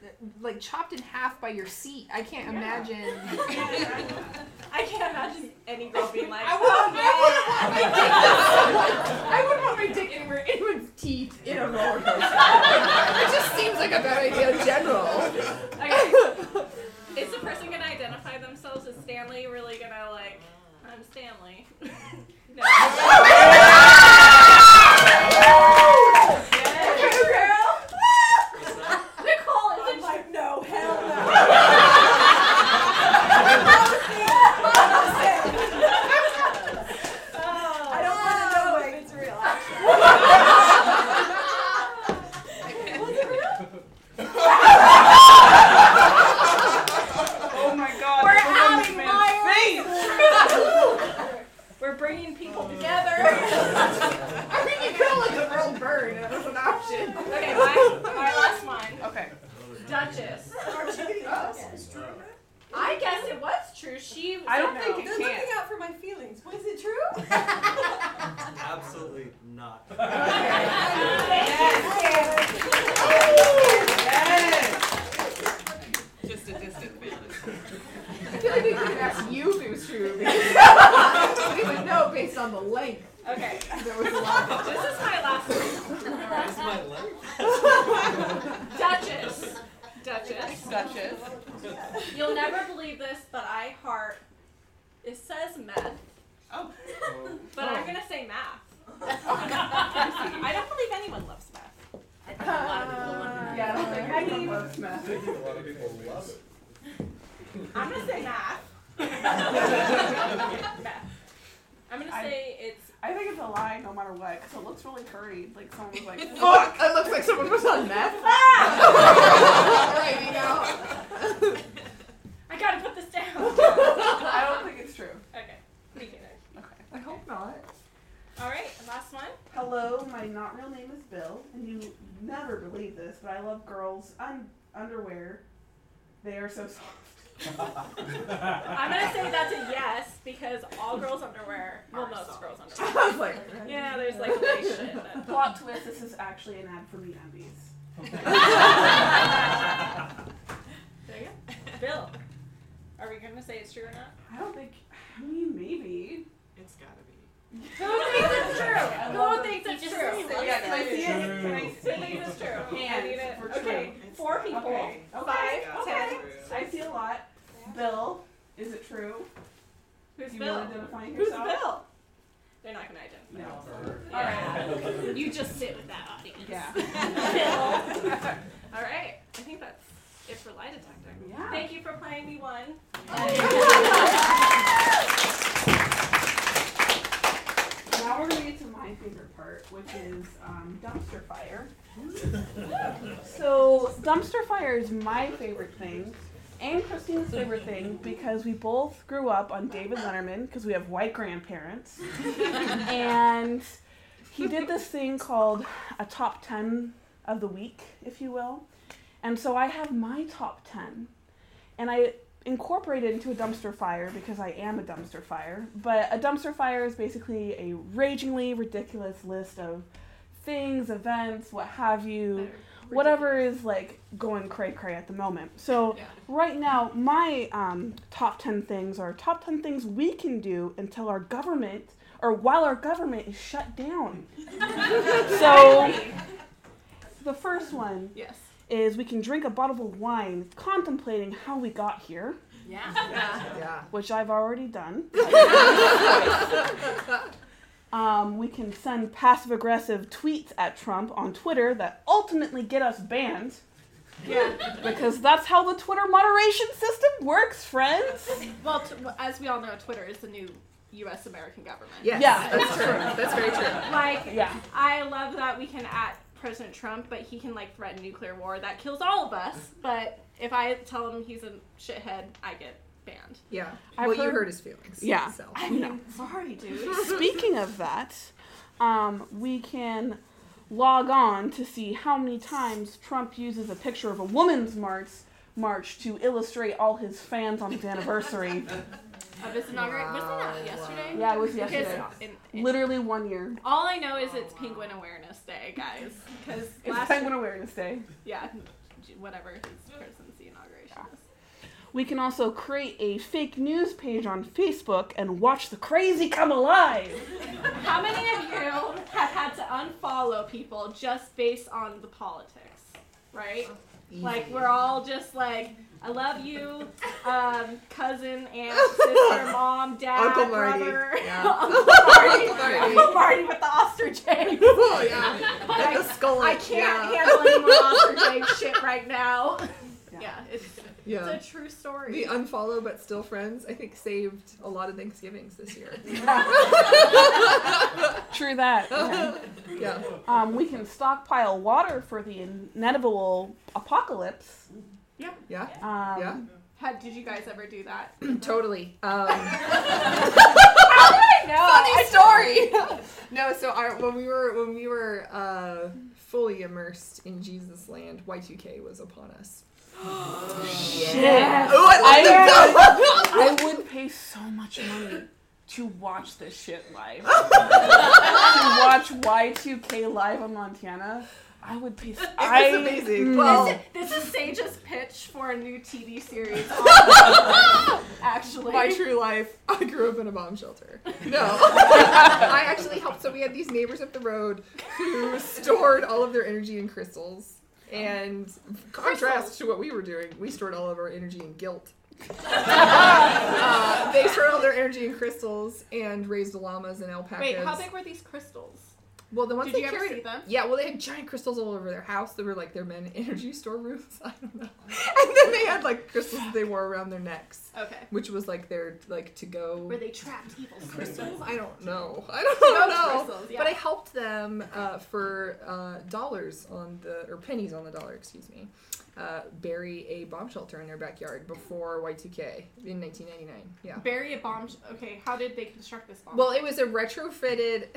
like chopped in half by your seat. I can't
Yeah.
imagine.
I can't imagine any girl being like,
I wouldn't-
"Oh, yeah."
I wouldn't want my dick anywhere anyone's teeth in a roller coaster. it just seems like a bad idea in general.
Okay. Is the person gonna identify themselves? Is Stanley really gonna like? I'm Stanley. no. Yes. Nicole, is it
I'm like, no, hell no.
Oh.
I don't want to know like
It's real. Actually.
Oh my god.
We're
the woman's
having
man's
liars. We're bringing people together.
I mean, you could let the world burn. That was an option.
Okay, my, my last one.
Okay.
Duchess. I guess it was true. She.
I
said
don't
no.
think it can.
out for my feelings. Was it true?
Absolutely not.
Yes.
Just a
you if it was true. because we would know based on the length.
Okay.
There was a lot.
This is my last
Where's
one.
my left?
Duchess. Duchess.
Duchess.
Uh,
You'll never believe this, but I heart. It says meth. Oh. But I'm gonna say math.
Oh.
I don't believe anyone loves math. I think a lot of people love
Yeah, I don't think I
mean,
love math.
A lot of people love it.
I'm gonna say math. math. I'm gonna
I-
say it's
I think it's a lie, no matter what, because it looks really hurried. Like someone was like,
Fuck!
"Fuck."
It looks like someone was on meth.
Ah!
Alright, you know.
I gotta put this down.
I don't think it's true.
Okay. Me neither.
I hope not.
All right, last one.
Hello, my not real name is Bill, and you never believe this, but I love girls' un- underwear. They are so soft.
I'm gonna say that's a yes because all girls' underwear, well, most girls' underwear.
I was like,
yeah, there's like a shit. that-
Plot twist: This is actually an ad for meat undies.
There you go. Bill, are we gonna say it's true or not?
I don't think. I mean, maybe.
It's gotta be.
Who thinks it's true?
I love
Who
it.
thinks it's
He just
true?
said yes. Can I see it? Can I
Who
see it?
thinks it's true? I
Hands
need it.
for
Okay,
true.
four people.
Okay. Okay.
Five,
Okay.
ten.
I see a lot. Bill, is it true?
Who's
Do you
Bill?
wanna identify
Who's
yourself?
Bill? They're not gonna identify.
No.
Yeah.
Alright.
You just sit with that audience.
Yeah.
Bill. All right. I think that's it for lie detector.
Yeah.
Thank you for playing me one.
Now we're gonna get to my favorite part, which is um, dumpster fire.
So dumpster fire is my favorite thing, and Christina's favorite thing because we both grew up on David Letterman because we have white grandparents, and he did this thing called a top ten of the week, if you will, and so I have my top ten, and I incorporate it into a dumpster fire because I am a dumpster fire. But a dumpster fire is basically a ragingly ridiculous list of things, events, what have you, whatever is like going cray cray at the moment. So right now, my um, top ten things are top ten things we can do until our government or while our government is shut down. so the first one
Yes.
is we can drink a bottle of wine contemplating how we got here,
Yeah.
Yeah.
which I've already done. Um, we can send passive aggressive tweets at Trump on Twitter that ultimately get us banned.
Yeah.
Because that's how the Twitter moderation system works, friends.
Well, t- as we all know, Twitter is the new U.S. American government.
Yes, Yeah, that's that's true. true. That's very true.
Like,
Yeah.
I love that we can at President Trump, but he can like threaten nuclear war that kills all of us. But if I tell him he's a shithead, I get banned.
Yeah.
I've
well, you
heard-
hurt his feelings.
Yeah.
So.
I know.
Sorry, dude.
Speaking of that, um, we can log on to see how many times Trump uses a picture of a woman's march, march to illustrate all his fans on his anniversary.
of his inauguration, wasn't that yesterday?
Yeah, it was
Because
yesterday.
in-
Literally one year.
all I know is it's Penguin Awareness Day, guys. Because
It's
last
Penguin Awareness Day.
yeah, whatever his presidency inauguration is.
We can also create a fake news page on Facebook and watch the crazy come alive.
How many of you have had to unfollow people just based on the politics? Right? Like we're all just like, I love you, um, cousin, aunt, sister, mom, dad,
Uncle Marty.
brother,
Yeah.
Uncle Marty,
Uncle Marty.
Uncle Marty with the ostrich eggs.
Oh, yeah.
But
Like
I,
the skull
I
egg,
can't
yeah.
handle any more ostrich egg shit right now. Yeah, it's,
Yeah.
it's a true story.
The unfollow but still friends, I think, saved a lot of Thanksgivings this year.
True that.
yeah.
Um, we can stockpile water for the inevitable apocalypse.
yeah.
Yeah.
Um,
Yeah.
Had, did you guys ever do that?
totally. Um,
No,
funny story. no, so our, when we were when we were uh, fully immersed in Jesus land, Y2K was upon us.
Yes.
Oh, I love that.
I, I would pay so much money to watch this shit live. to watch Y2K live on Montana. I would pay. It
I- amazing.
No.
This, is, this is Sage's pitch for a new TV series. Actually,
My true life. I grew up in a bomb shelter. No. I actually helped. So we had these neighbors up the road who stored all of their energy in crystals. And contrast to what we were doing, we stored all of our energy in guilt. Uh, they stored all their energy in crystals and raised llamas and alpacas.
Wait, how big were these crystals?
Well, the ones
Did
they
you ever
carried,
see them?
Yeah, well, they had giant crystals all over their house. They were like their men energy store rooms. I don't know. And then they had like crystals that they wore around their necks.
Okay.
Which was like their like to go.
Were they trapped evil crystals?
I don't know. I
Smoke
don't know.
crystals, yeah.
But I helped them uh, for uh, dollars on the or pennies on the dollar, excuse me, uh, bury a bomb shelter in their backyard before Y2K in 1999. Yeah.
Bury a bomb. Sh- okay, how did they construct this bomb?
Well, it was a retrofitted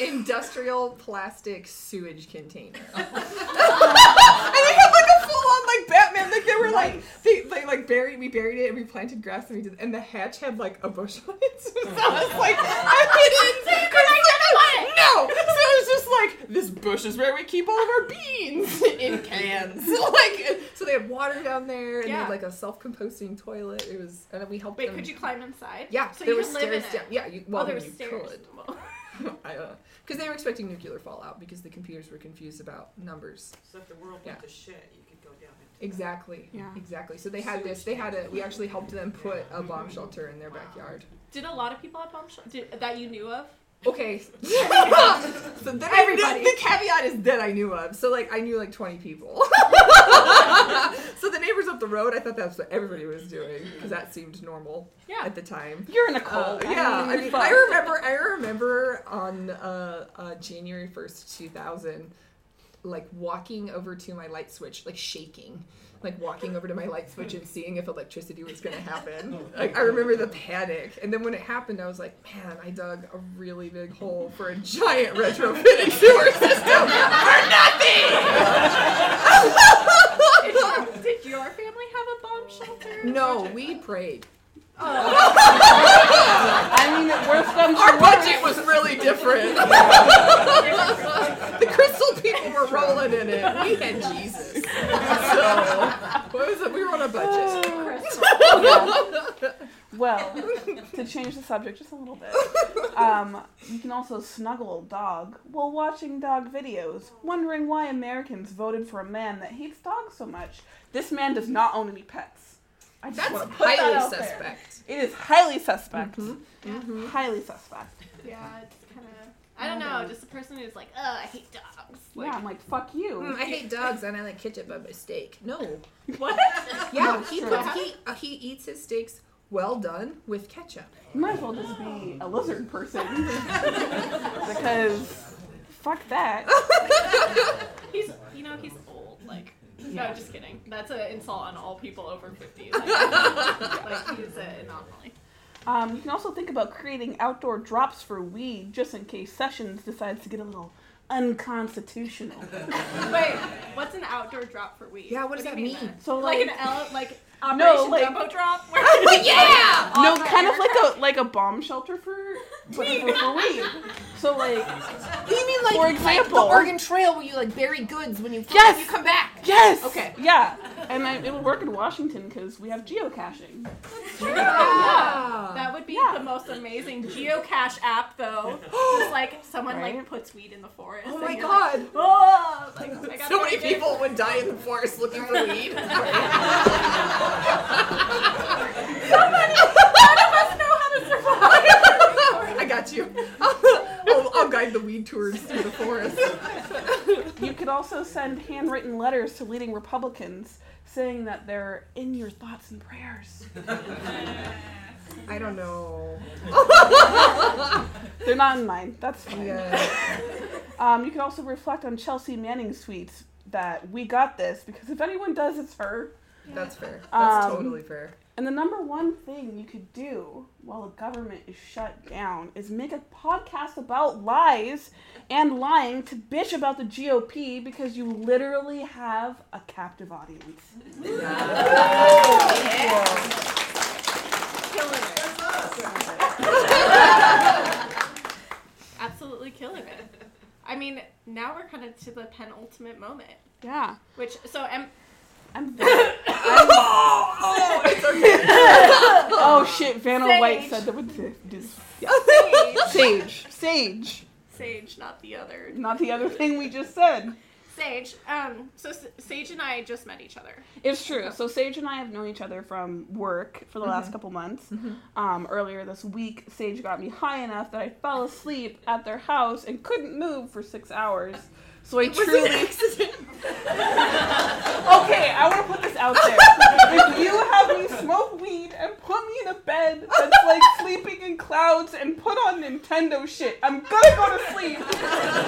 industrial plastic sewage container. and they had like a full on like Batman. Like they were like they, they like buried we buried it and we planted grass and we did and the hatch had like a bush on it. So I was like, I didn't because I No! So it was just like this bush is where we keep all of our beans in cans. like so they had water down there and they
Yeah.
had like a self composting toilet. It was and then we helped
Wait,
them.
could you climb inside?
Yeah,
so
there
you
were
could live
stairs
in it.
down. Yeah, you, well,
oh, there were
you
stairs.
could. I don't know. Because they were expecting nuclear fallout because the computers were confused about numbers.
So if the world
Yeah.
went to shit, you could go down into
Exactly.
Yeah.
Exactly. So they had this. They had a. We actually helped them put a bomb shelter in their backyard.
Did a lot of people have bomb shelters Did- that you knew of?
Okay. so then everybody.
Everybody.
The caveat is that I knew of. So like I knew like twenty people. so the neighbors up the road. I thought that's what everybody was doing because that seemed normal.
Yeah.
At the time.
You're in a
Uh,
cult.
yeah, I
mean,
mean,
fuck.
I remember. I remember on uh, uh, January first, two thousand, like walking over to my light switch, like shaking, like walking over to my light switch and seeing if electricity was going to happen. Like I remember the panic, and then when it happened, I was like, man, I dug a really big hole for a giant retrofitted sewer system for
did,
nothing.
you- did your family have a bomb shelter?
no, we prayed.
I mean, it worth them.
Our budget was really different. the crystal people were rolling in it. We had Jesus. So, what was it? We were on a budget.
Well, to change the subject just a little bit, um, you can also snuggle a dog while watching dog videos, wondering why Americans voted for a man that hates dogs so much. This man does not own any pets. I just
That's
wanna put that
highly
out there.
suspect. Mm-hmm.
It is highly suspect.
Yeah.
Highly suspect.
Yeah, it's kind of. I don't know. Just a person who's like, oh, I hate dogs. Like,
yeah, I'm like, fuck you.
Mm, I hate dogs and I like ketchup on my steak. No.
What?
Yeah,
Not
he
true.
puts, he uh, he eats his steaks well done with ketchup.
You might as well just be a lizard person. because fuck that.
he's, you know, he's old. Like,
Yeah.
no, just kidding. That's an insult on all people over fifty. Like, like he's an anomaly.
Um, you can also think about creating outdoor drops for weed just in case Sessions decides to get a little unconstitutional.
Wait, what's an outdoor drop for weed?
Yeah, what does that
do you
mean?
So
Like
like,
an L, like Operation
No, like-
Jumbo Drop? Where
yeah!
no,
on the
kind of
air?
like a like a bomb shelter for but for, for weed. So like,
You mean
like- For like the example. Oregon
Trail where you like bury goods when you
Yes! you
come back?
yes,
Okay.
yeah, and I, it would work in Washington because we have geocaching.
Yeah.
That would be
Yeah.
the most amazing geocache app, though. Just like someone
Right?
like puts weed in the forest.
Oh
and
my
you're
god.
Like, oh, like, I got
So many
that idea.
people would die in the forest looking for weed. I got you. I'll, I'll guide the weed tours through the forest.
You could also send handwritten letters to leading Republicans saying that they're in your thoughts and prayers.
I don't know.
They're not in mine. That's fine.
Yeah.
Um, you can also reflect on Chelsea Manning's tweets that we got this because if anyone does, it's her.
That's fair. That's
Um,
totally fair.
And the number one thing you could do while the government is shut down is make a podcast about lies and lying to bitch about the GOP because you literally have a captive audience.
Killing it. Absolutely killing it. I mean, now we're we're kind of to the penultimate moment.
Yeah.
Which so I'm.
I'm.
oh, it's okay.
oh shit, Vanna White
Sage.
said that would do yeah. Sage. Sage.
Sage, not the other.
Not the other thing we just said.
Sage. Um. So S- Sage and I just met each other.
It's true. So Sage and I have known each other from work for the last
Mhm.
couple months. Um, earlier this week, Sage got me high enough that I fell asleep at their house and couldn't move for six hours. So I
It was an
truly. okay, I want to put this out there. if you have me smoke weed and put me in a bed that's like sleeping in clouds and put on Nintendo shit, I'm gonna go to sleep.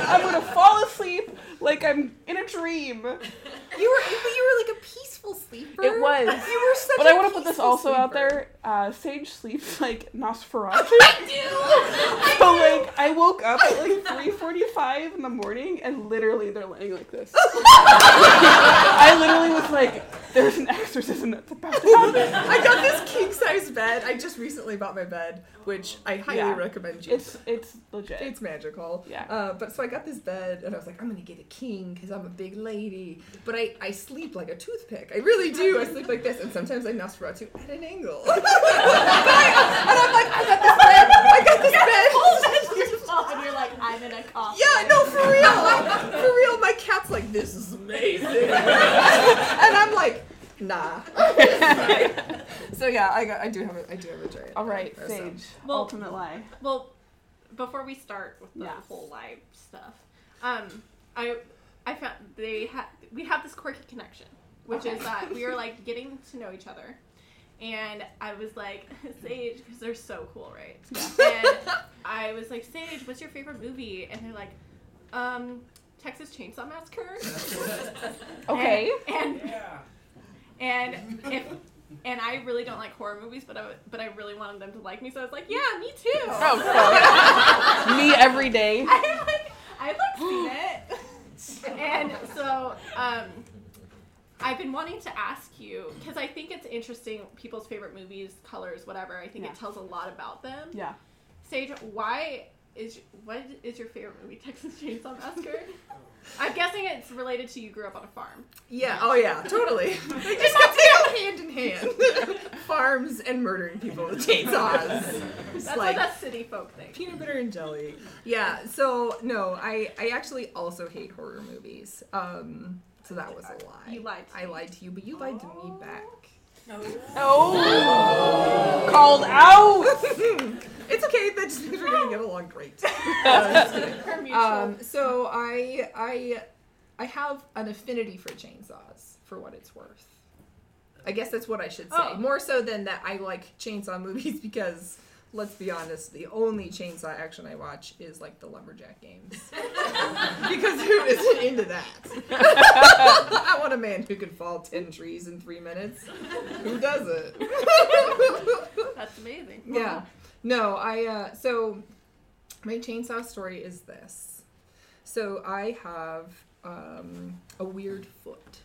I'm gonna fall asleep like I'm in a dream.
You were, but you were like a peaceful sleeper.
It was.
You were such.
But
I
I want to put this also out there. Uh, Sage sleeps like Nosferatu. so like, I woke up at like three forty-five in the morning, and literally they're laying like this. I literally was like, "There's an exorcism that's about to happen."
I got this king size bed. I just recently bought my bed, which I highly
Yeah.
recommend you.
It's it's legit.
It's magical.
Yeah.
Uh, but so I got this bed, and I was like, I'm gonna get a king because I'm a big lady. But I, I sleep like a toothpick. I really do. I sleep like this, and sometimes I Nosferatu at an angle. and, I, am like, I got this bed. I got this bed.
and you're like, I'm in a coffin.
Yeah, no, for real. For real, my cat's like, this is amazing. and I'm like, nah. so yeah, I, got, I do have a, I do have a giant.
All right,
nightmare, so.
Sage.
Well-
ultimate lie.
Well, before we start with the
Yes.
whole live stuff, um, I I found they had we have this quirky connection, which
Okay.
is that we are like getting to know each other, and I was like Sage because they're so cool, right? And I was like Sage, what's your favorite movie? And they're like, um, Texas Chainsaw Massacre.
Okay.
And, and and if and I really don't like horror movies, but I w- but I really wanted them to like me, so I was like, yeah, me too.
Oh, fuck. Me every day.
I like I like seen it, and so um, I've been wanting to ask you because I think it's interesting people's favorite movies, colors, whatever. I think
Yeah.
it tells a lot about them.
Yeah.
Sage, why is what is your favorite movie? Texas Chainsaw Massacre. I'm guessing it's related to you grew up on a farm.
Yeah. Oh yeah. Totally. They just got to go hand in hand. Farms and murdering people with chainsaws. It's
That's like,
like
a city folk thing.
peanut butter and jelly. Yeah. So no, I I actually also hate horror movies. Um. So that was a lie.
You lied. To
I lied to you, but you lied to me back.
No.
Oh. Called out.
it's okay. That just means we're gonna get along great.
We're mutual.
um, so I I I have an affinity for chainsaws for what it's worth. I guess that's what I should say.
Oh.
More so than that I like chainsaw movies because let's be honest, the only chainsaw action I watch is like the lumberjack games. because who isn't into that? I want a man who can fall 10 trees in 3 minutes. Who doesn't?
That's amazing.
Yeah. No, I uh so my chainsaw story is this. So I have um a weird foot.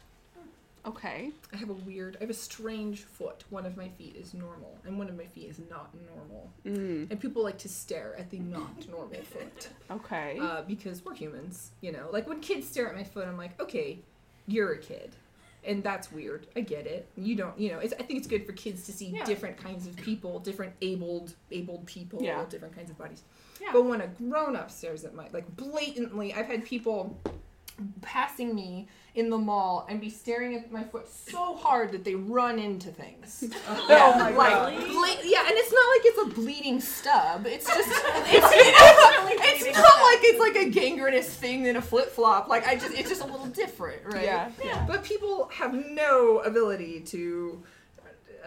Okay.
I have a weird I have a strange foot. One of my feet is normal and one of my feet is not normal.
Mm.
And people like to stare at the not normal foot.
Okay.
Uh, because we're humans, you know. Like when kids stare at my foot, I'm like, okay, you're a kid, and that's weird. I get it. You don't, you know. It's, I think it's good for kids to see
Yeah.
different kinds of people, different abled abled people,
Yeah.
different kinds of bodies.
Yeah.
But when a grown up stares at my like blatantly, I've had people passing me in the mall and be staring at my foot so hard that they run into things.
Yeah.
Like, bla- yeah, and it's not like it's a bleeding stub. It's just it's, it's,
bleeding
not like it's like a gangrenous thing than a flip flop. Like I just it's just a little different, right?
Yeah.
Yeah.
But people have no ability to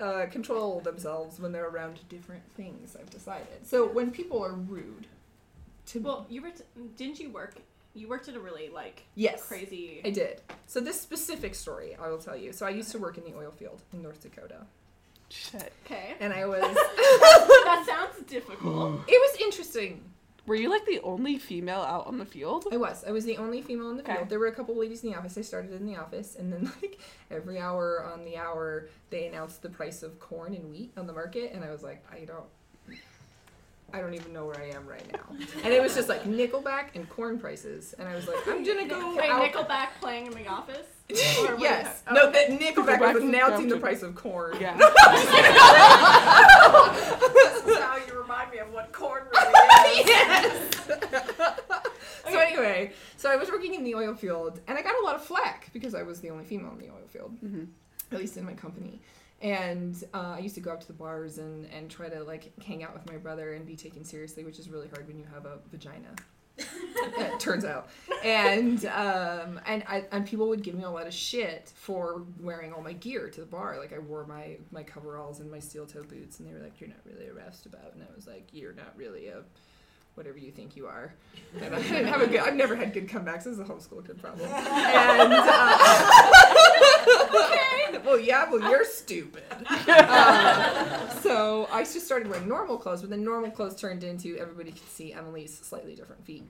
uh, control themselves when they're around different things. I've decided. So when people are rude to me,
Well, you were. T- didn't you work? You worked at a really like
Yes.
crazy.
I did. So this specific story, I will tell you. So I used to work in the oil field in North Dakota,
Shit.
Okay.
and I was.
that sounds difficult.
It was interesting.
Were you like the only female out on the field?
I was. I was the only female in the
Okay.
field. There were a couple ladies in the office. I started in the office, and then like every hour on the hour, they announced the price of corn and wheat on the market, and I was like, I don't. I don't even know where I am right now. And it was just like Nickelback and corn prices, and I was like, I'm gonna go
Wait,
out.
Nickelback playing in the office? Or what Oh,
yes.
are you
No,
talking-
that Nickelback was announcing the price of corn. Yeah.
this is how you remind me of what corn really is.
so anyway, so I was working in the oil field, and I got a lot of flack because I was the only female in the oil field, at least in my company. And uh, I used to go out to the bars and, and try to like hang out with my brother and be taken seriously, which is really hard when you have a vagina. it turns out, and um, and I, and people would give me a lot of shit for wearing all my gear to the bar. Like I wore my my coveralls and my steel toe boots, and they were like, "You're not really a rest about," and I was like, "You're not really a." whatever you think you are. And I didn't have a good, I've never had good comebacks. This is a homeschool kid problem. And, uh, Well, yeah, well, you're stupid. Uh, so I just started wearing normal clothes, but then normal clothes turned into everybody could see Emily's slightly different feet.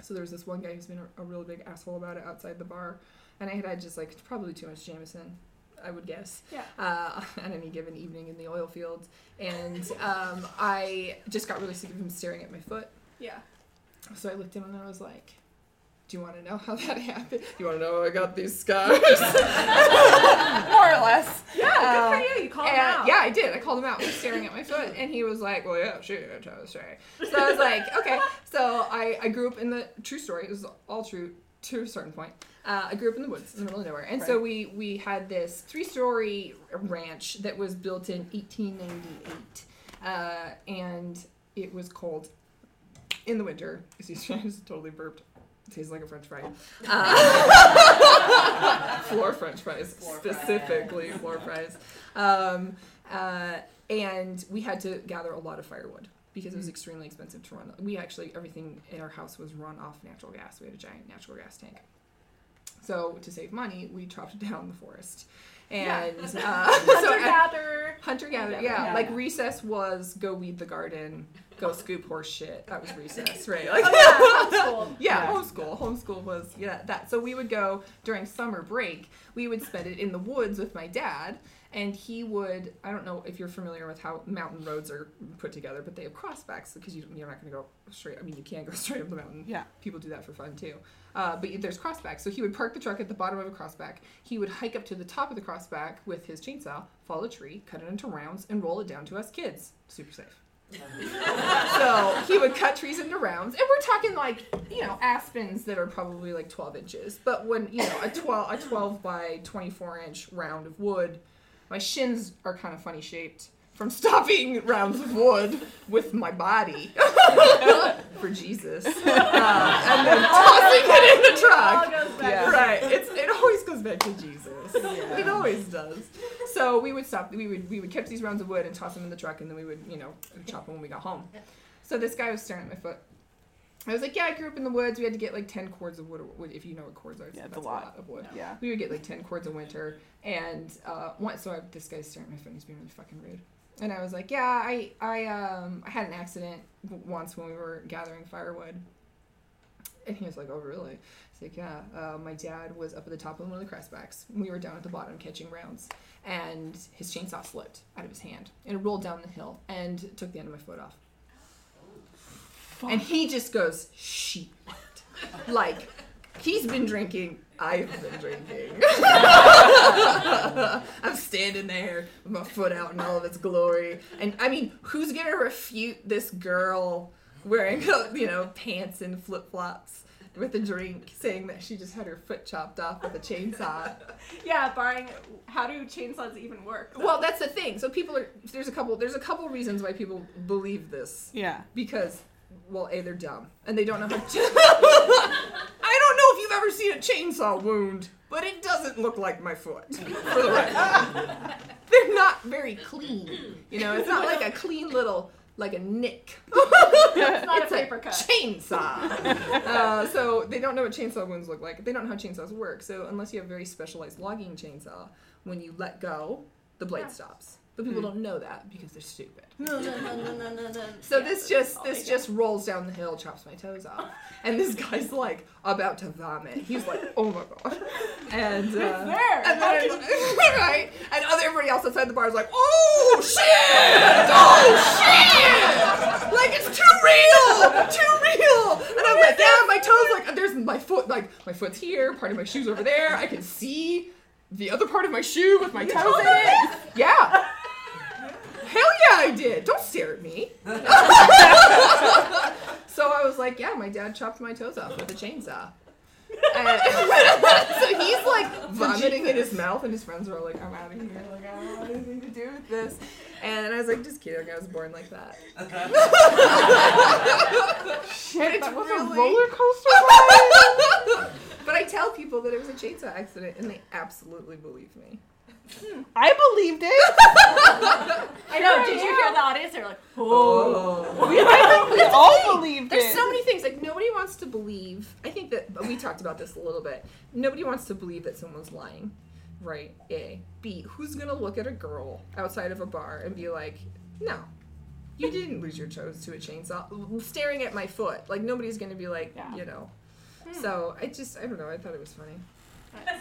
So there was this one guy who's been a, a real big asshole about it outside the bar, and I had had just like probably too much Jameson, I would guess.
Yeah.
Uh, on any given evening in the oil fields, and um, I just got really sick of him staring at my foot.
Yeah.
So I looked at him and I was like, "Do you want to know how that happened? You want to know how I got these scars?" More or less.
Yeah, Oh, good for you. You called him
Uh, and-
out.
Yeah, I did. I called him out for staring at my foot, and he was like, "Well, yeah, shit, I was sorry." So I was like, "Okay." So I, I grew up in the true story. It was all true to a certain point. Uh, I grew up in the woods in the middle of nowhere, and so
Right.
we we had this three story ranch that was built in 1898, uh, and it was called in the winter. Excuse me, I just totally burped. Tastes like a French fry. Uh, floor French fries, specifically floor fries. Um, uh, and we had to gather a lot of firewood because it
Mm.
was extremely expensive to run. We actually everything in our house was run off natural gas. We had a giant natural gas tank. So to save money, we chopped down the forest.
Yeah.
And uh,
Hunter gatherer.
hunter gatherer, yeah. Like recess was go weed the garden, go scoop horse shit. That was recess, right? Like,
Oh, yeah, homeschool.
yeah,
Yeah.
homeschool. Homeschool was yeah that. So we would go during summer break. We would spend it in the woods with my dad, and he would. I don't know if you're familiar with how mountain roads are put together, but they have crossbacks because you, you're not going to go straight. I mean, you can go straight up the mountain.
Yeah.
people do that for fun too. Uh, but there's crossbacks, so he would park the truck at the bottom of a crossback. He would hike up to the top of the crossback with his chainsaw, fall a tree, cut it into rounds, and roll it down to us kids. Super safe so he would cut trees into rounds, and we're talking like you know aspens that are probably like 12 inches. But when you know a 12 a 12 by 24 inch round of wood, my shins are kind of funny shaped from stopping rounds of wood with my body for Jesus, Uh, and then tossing it in the truck.
All goes back to
Right?
Jesus.
It's it always goes back to Jesus. It always does. So we would stop. We would we would catch these rounds of wood and toss them in the truck, and then we would you know chop them when we got home. So this guy was staring at my foot. I was like, yeah, I grew up in the woods. We had to get like ten cords of wood, wood if you know what cords are. Yeah, that's a lot. of wood.
Yeah.
we would get like ten cords a winter, and uh, once so I, this guy's staring at my foot. and He's being really fucking rude, and I was like, yeah, I I um I had an accident w- once when we were gathering firewood, and he was like, oh really? He's like, yeah. Uh, my dad was up at the top of one of the crestbacks. We were down at the bottom catching rounds, and his chainsaw slipped out of his hand, and it rolled down the hill and took the end of my foot off. And he just goes, she what? Like, he's been drinking, I've been drinking. I'm standing there with my foot out in all of its glory. And I mean, who's gonna refute this girl wearing, you know, pants and flip flops? With a drink, saying that she just had her foot chopped off with a chainsaw.
Yeah, barring how do chainsaws even work?
Well, that's the thing. So people are there's a couple there's a couple reasons why people believe this.
Yeah.
Because well, a they're dumb and they don't know how. To... I don't know if you've ever seen a chainsaw wound, but it doesn't look like my foot. For the record, they're not very clean. You know, it's not like a clean little like a nick.
It's not a paper cut.
Chainsaw. Uh, so they don't know what chainsaw wounds look like. They don't know how chainsaws work. So unless you have a very specialized logging chainsaw, when you let go, the blade
Yeah.
stops. But people
Hmm.
don't know that because they're stupid.
No, no, no, no, no, no, no.
So
Yeah,
this
that's
just
all
this
they got.
just rolls down the hill, chops my toes off, and this guy's like about to vomit. He's like, "Oh my god!" And uh,
there.
and
How
then
can
right, and other everybody else outside the bar is like, "Oh shit! Oh shit!" foot's here, part of my shoe's over there. I can see the other part of my shoe with my toes in it. Yeah. Hell yeah, I did. Don't stare at me. so I was like, yeah, my dad chopped my toes off with a chainsaw. And- so he's like vomiting in his mouth, and his friends are all like, I'm out of here. Like, I don't want anything to do with this. And I was like, just kidding. I was born like that.
Shit,
It's
that was a
really-
roller coaster ride.
but I tell people that it was a chainsaw accident, and they absolutely believe me.
I believed it.
I know. Did you hear the audience? They're like,
Oh.
We- I think we all believed
There's
it.
so many things like nobody wants to believe. I think that but we talked about this a little bit. Nobody wants to believe that someone's lying, right? A. B. Who's gonna look at a girl outside of a bar and be like, no, you didn't lose your toes to a chainsaw. Staring at my foot, like nobody's gonna be like, you know. So I just I don't know. I thought it was funny.
Hmm.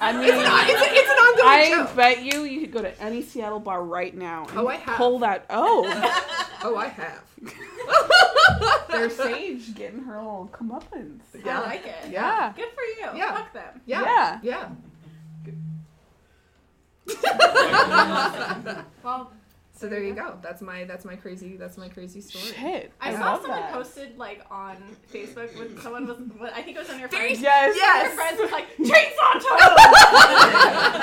I mean,
it's, not, it's, it's an ongoing
I
joke.
bet you you could go to any Seattle bar right now and
Oh, I have.
pull that. Oh,
Oh, I have.
there's Sage getting her little comeuppance. Ah,
Yeah.
I like it.
Yeah.
Good for you.
Yeah.
Fuck them.
Yeah. Yeah.
Well,
So there you go. That's my that's my crazy that's my crazy story.
Shit.
I,
I
saw
love
someone
that.
posted like on Facebook when someone was, what- I think it was on your
Yes.
friends.
Yes.
Your friends was like chainsaw toes.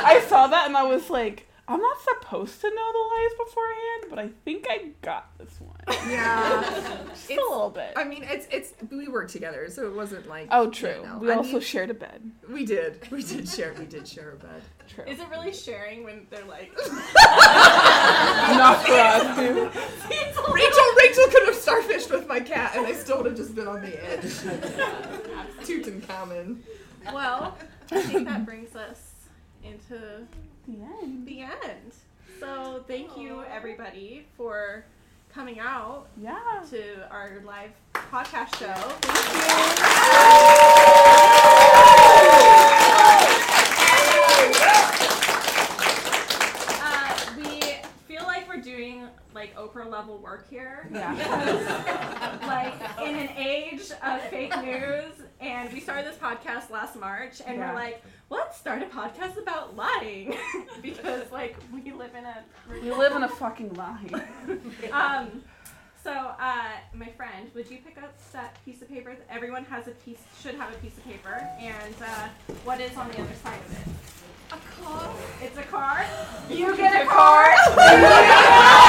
I saw that and I was like, I'm not supposed to know the lies beforehand, but I think I got this
Oh,
one.
Yeah.
Just a little bit.
I mean, it's it's we worked together, so it wasn't like
Oh, true.
you know,
we
I
also
mean,
shared a bed.
we did we did share we did share a bed.
True.
Is it really sharing when they're like?
Not for us, dude.
Rachel Rachel could have starfished with my cat, and I still would have just been on the edge. Tutankhamun.
Well, I think that brings us into
The end.
the end. So thank you everybody for coming out
Yeah.
to our live podcast show. Thank you. Uh, we feel like we're doing like Oprah level work here.
Yeah.
Because, like in an age of fake news, and we started this podcast last March, and
Yeah.
we're like, let's start a podcast about lying because like we live in a
We live in a fucking lie.
um, so, uh, my friend, would you pick up that piece of paper? Everyone has a piece, should have a piece of paper. And uh, what is on the other side of it? A car. It's a car. You get a car.